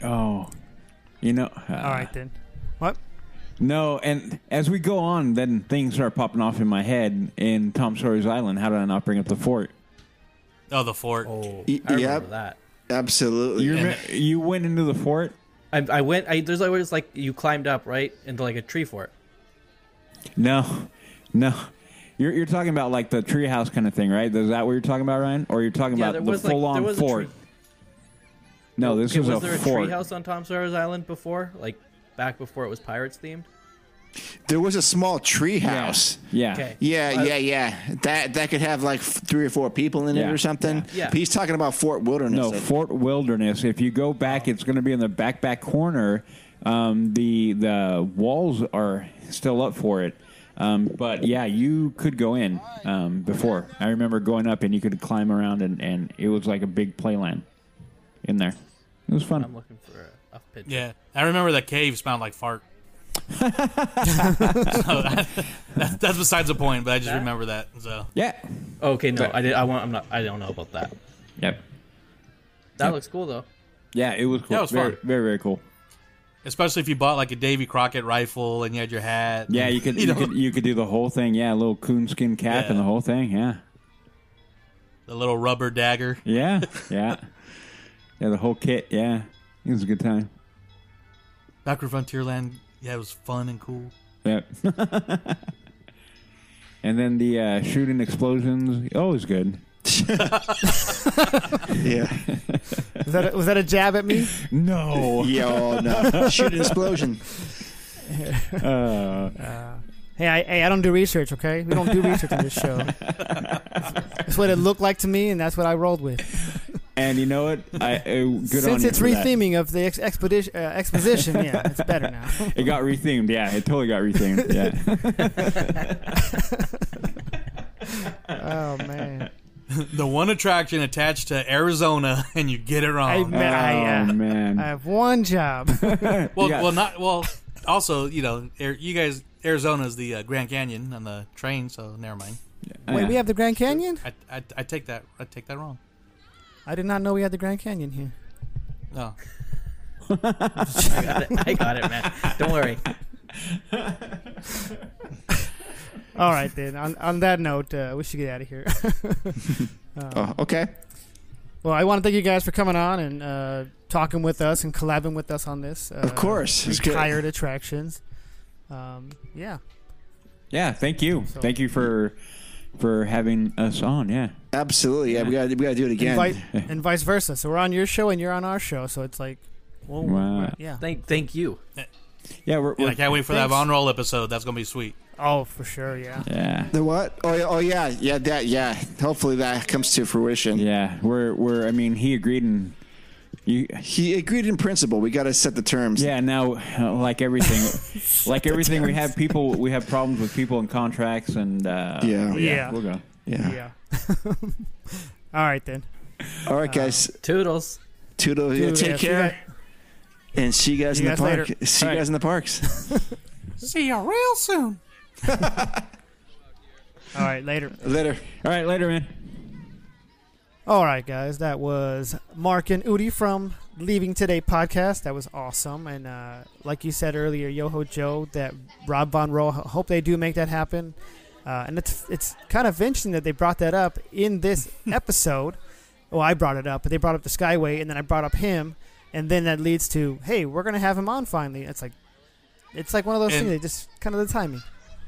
[SPEAKER 12] Oh, you know. uh,
[SPEAKER 1] all right then. What?
[SPEAKER 12] No, and as we go on, then things start popping off in my head. In Tom Sawyer's Island, how did I not bring up the fort?
[SPEAKER 3] Oh, the fort.
[SPEAKER 5] Oh,
[SPEAKER 7] Y-
[SPEAKER 5] I remember
[SPEAKER 7] yep.
[SPEAKER 5] that.
[SPEAKER 7] Absolutely.
[SPEAKER 12] You, remem- you went into the fort.
[SPEAKER 5] I, I went. I, there's always like you climbed up right into like a tree fort.
[SPEAKER 12] No, no. You're, you're talking about like the treehouse kind of thing, right? Is that what you're talking about, Ryan? Or you're talking
[SPEAKER 5] Yeah, there
[SPEAKER 12] about the
[SPEAKER 5] was, like-
[SPEAKER 12] full on
[SPEAKER 5] there was a
[SPEAKER 12] fort?
[SPEAKER 5] tree-
[SPEAKER 12] No, this
[SPEAKER 5] Okay,
[SPEAKER 12] was,
[SPEAKER 5] was
[SPEAKER 12] a
[SPEAKER 5] there a
[SPEAKER 12] fort.
[SPEAKER 5] treehouse on Tom Sawyer's Island before? Like back before it was pirates themed?
[SPEAKER 7] There was a small tree house.
[SPEAKER 12] Yeah.
[SPEAKER 5] Okay.
[SPEAKER 7] Yeah,
[SPEAKER 5] Uh,
[SPEAKER 7] yeah, yeah. That that could have like f- three or four people in it
[SPEAKER 12] Yeah,
[SPEAKER 7] or something.
[SPEAKER 5] yeah.
[SPEAKER 7] But he's talking about Fort Wilderness.
[SPEAKER 12] No,
[SPEAKER 7] I think.
[SPEAKER 12] Fort Wilderness. If you go back, it's going to be in the back back corner. Um, the the walls are still up for it, um, but yeah, you could go in um, before. I remember going up and you could climb around and, and it was like a big playland in there. It was
[SPEAKER 5] I'm
[SPEAKER 12] fun.
[SPEAKER 5] looking for a, a picture.
[SPEAKER 3] Yeah, I remember the cave smelled like
[SPEAKER 12] *laughs*
[SPEAKER 3] fart. so, that, that's besides the point, but I just remember that. So
[SPEAKER 12] Yeah.
[SPEAKER 5] Okay, no, I did. I want. I'm not. I don't know about that.
[SPEAKER 12] Yep.
[SPEAKER 5] That
[SPEAKER 12] Yep.
[SPEAKER 5] looks cool though.
[SPEAKER 12] Yeah, it was cool.
[SPEAKER 3] That was
[SPEAKER 12] very,
[SPEAKER 3] fun.
[SPEAKER 12] very, very cool.
[SPEAKER 3] Especially if you bought like a Davy Crockett rifle and you had your hat.
[SPEAKER 12] Yeah,
[SPEAKER 3] *laughs*
[SPEAKER 12] you could you,
[SPEAKER 3] know,
[SPEAKER 12] could you could do the whole thing. Yeah, a little coonskin cap and the whole thing. Yeah,
[SPEAKER 3] the little rubber dagger. *laughs*
[SPEAKER 12] yeah, yeah, yeah. The whole kit. Yeah, it was a good time.
[SPEAKER 3] Back to Frontierland. Yeah, it was fun and cool.
[SPEAKER 12] Yep. and then the uh, shooting explosions. Always good.
[SPEAKER 7] yeah.
[SPEAKER 1] Was that a, was that a jab at *laughs* me?
[SPEAKER 12] *laughs* No.
[SPEAKER 7] Yeah, oh, no. *laughs* Shoot an explosion.
[SPEAKER 1] Uh, hey, I, hey, I don't do research. Okay, we don't do research on this
[SPEAKER 12] *laughs*
[SPEAKER 1] show. That's what it looked like to me, and that's what I rolled with.
[SPEAKER 12] And you know what? I, uh, good on
[SPEAKER 1] Since
[SPEAKER 12] you
[SPEAKER 1] it's
[SPEAKER 12] for that.
[SPEAKER 1] retheming of the ex- expedition, uh, exposition, yeah, it's better now. *laughs*
[SPEAKER 12] It got rethemed. Yeah, it totally got *laughs* rethemed. Yeah.
[SPEAKER 1] Oh man,
[SPEAKER 3] the one attraction attached to Arizona, *laughs* and you get it wrong.
[SPEAKER 1] I, man, I, uh,
[SPEAKER 12] Oh, man.
[SPEAKER 1] I have one
[SPEAKER 7] *laughs*
[SPEAKER 1] job.
[SPEAKER 3] Well, well, not well. Also, you know, Air, you guys, Arizona's the uh, Grand Canyon on the train, so never mind.
[SPEAKER 1] Wait, we have the Grand Canyon?
[SPEAKER 3] I, I, I take that. I take that wrong.
[SPEAKER 1] I did not know we had the Grand Canyon
[SPEAKER 7] *laughs*
[SPEAKER 1] here.
[SPEAKER 3] No.
[SPEAKER 5] I got it. I got it, man. Don't worry.
[SPEAKER 1] All right, then. On, on that note, uh, we should get out of here. *laughs* Um,
[SPEAKER 7] Oh, okay.
[SPEAKER 1] Well, I want to thank you guys for coming on and uh, talking with us and collabing with us on this. Uh,
[SPEAKER 7] Of course. It's good.
[SPEAKER 1] retired attractions. Um, yeah,
[SPEAKER 12] Yeah, thank you. Thank you for for having us on. Yeah.
[SPEAKER 7] Absolutely. Yeah, we got to we got to do it again.
[SPEAKER 1] Invite,
[SPEAKER 7] *laughs*
[SPEAKER 1] and vice versa. So we're on your show and you're on our show. So it's like, well,
[SPEAKER 12] Wow.
[SPEAKER 1] yeah,
[SPEAKER 5] Thank thank you.
[SPEAKER 12] Yeah, we're,
[SPEAKER 3] And I can't wait for that
[SPEAKER 1] Thanks.
[SPEAKER 3] Von Roll episode. That's gonna be sweet.
[SPEAKER 1] oh for sure, yeah.
[SPEAKER 12] Yeah.
[SPEAKER 7] The what? Oh, yeah, oh yeah, yeah, that, yeah. Hopefully that comes to fruition.
[SPEAKER 12] Yeah, we're we're. I mean, he agreed in. You,
[SPEAKER 7] he agreed in principle. We got to set the terms.
[SPEAKER 12] Yeah. Now, uh, like *laughs* everything, like everything, we have people. We have problems with people and contracts and. Uh,
[SPEAKER 7] Yeah.
[SPEAKER 1] Yeah. *laughs*
[SPEAKER 12] We'll go.
[SPEAKER 7] Yeah.
[SPEAKER 1] All right then.
[SPEAKER 7] All right, guys.
[SPEAKER 5] Toodles.
[SPEAKER 7] Toodle. Yeah,
[SPEAKER 1] Toodles,
[SPEAKER 7] take
[SPEAKER 1] yeah, see you
[SPEAKER 7] care. and see you guys
[SPEAKER 1] See
[SPEAKER 7] in
[SPEAKER 1] you
[SPEAKER 7] the
[SPEAKER 1] guys
[SPEAKER 7] park.
[SPEAKER 1] later.
[SPEAKER 7] See
[SPEAKER 1] All
[SPEAKER 7] you
[SPEAKER 1] right.
[SPEAKER 7] guys in the parks.
[SPEAKER 3] See you real soon.
[SPEAKER 1] *laughs* All right, later.
[SPEAKER 7] later.
[SPEAKER 12] All right. Later, man.
[SPEAKER 1] All right, guys, that was Mark and Udi from Leaving Today podcast. That was awesome, and uh, like you said earlier, Yoho Joe, that Rob Von Roll. I Hope they do make that happen. Uh, and it's it's kind of interesting that they brought that up in this episode. Well, I brought it up, but they brought up the Skyway, and then I brought up him, and then that leads to, hey, we're gonna have him on finally. It's like, it's like one of those
[SPEAKER 3] And-
[SPEAKER 1] things. They just kind of the timing.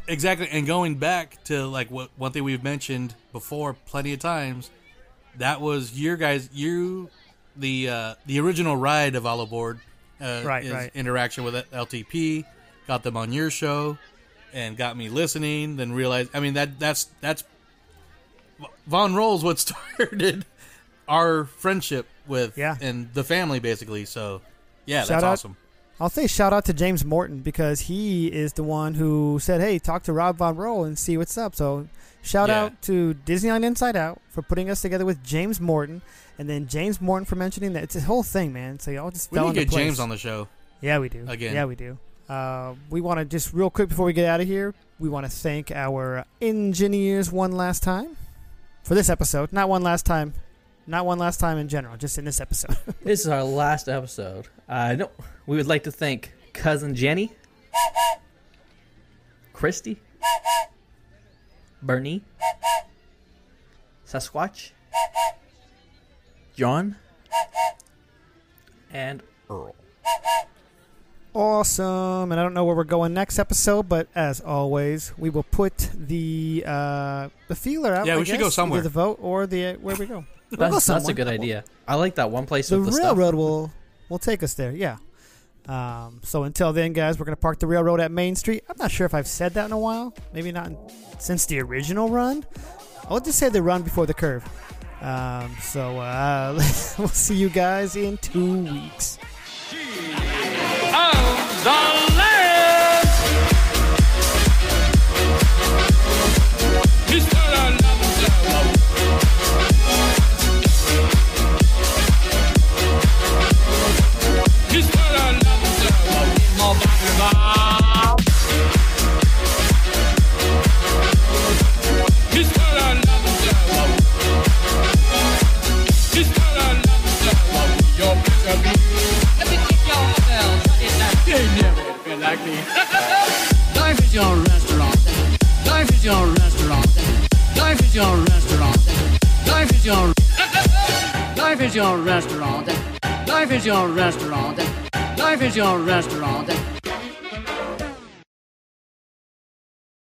[SPEAKER 3] Exactly. And going back to like what one thing we've mentioned before plenty of times, that was your guys you the uh the original ride of All Aboard uh
[SPEAKER 1] Right,
[SPEAKER 3] is
[SPEAKER 1] right.
[SPEAKER 3] interaction with LTP, got them on your show and got me listening, then realized I mean that that's that's Von Roll's what *laughs* started our friendship with
[SPEAKER 1] Yeah.
[SPEAKER 3] and the family basically. So yeah,
[SPEAKER 1] Shout
[SPEAKER 3] that's
[SPEAKER 1] out-
[SPEAKER 3] awesome.
[SPEAKER 1] I'll say shout out to James Morton because he is the one who said, "Hey, talk to Rob Von Roll and see what's up." So, shout
[SPEAKER 3] Yeah.
[SPEAKER 1] out to Disneyland Inside Out for putting us together with James Morton, and then James Morton for mentioning that it's a whole thing, man. So y'all just
[SPEAKER 3] We
[SPEAKER 1] fell
[SPEAKER 3] need to
[SPEAKER 1] into
[SPEAKER 3] get
[SPEAKER 1] place.
[SPEAKER 3] James on the show.
[SPEAKER 1] Yeah, we do.
[SPEAKER 3] Again.
[SPEAKER 1] Yeah, we do. Uh, we want to just real quick before we get out of here, we want to thank our engineers one last time for this episode. Not one last time, not one last time in general, just in this episode. *laughs*
[SPEAKER 5] This is our last episode. I know we would like to thank cousin Jenny, Christy, Bernie, Sasquatch, John, and Earl.
[SPEAKER 1] awesome. And I don't know where we're going next episode, but as always, we will put the uh, the feeler out.
[SPEAKER 5] Yeah,
[SPEAKER 1] I
[SPEAKER 5] we should go
[SPEAKER 1] guess,
[SPEAKER 5] somewhere.
[SPEAKER 1] Either the vote or the uh, where we go. We'll go
[SPEAKER 5] That's, that's a
[SPEAKER 1] somewhere.
[SPEAKER 5] good idea. I like that one place
[SPEAKER 1] The
[SPEAKER 5] with the stuff.
[SPEAKER 1] railroad will will take us there. Yeah. Um, so until then, guys, we're gonna park the railroad at Main Street. I'm not sure if I've said that in a while. Maybe not in, since the original run. I'll just say the run before the curve. Um, so uh, *laughs* we'll see you guys in two weeks.
[SPEAKER 10] Of the land. Mr. Alonzo. Mr. Alonzo. Mr. Alonzo. Mr.
[SPEAKER 4] me. Life is your restaurant. Life is your restaurant. Life is your restaurant. Life is your. Life is your restaurant. Life is your restaurant. Life is your restaurant.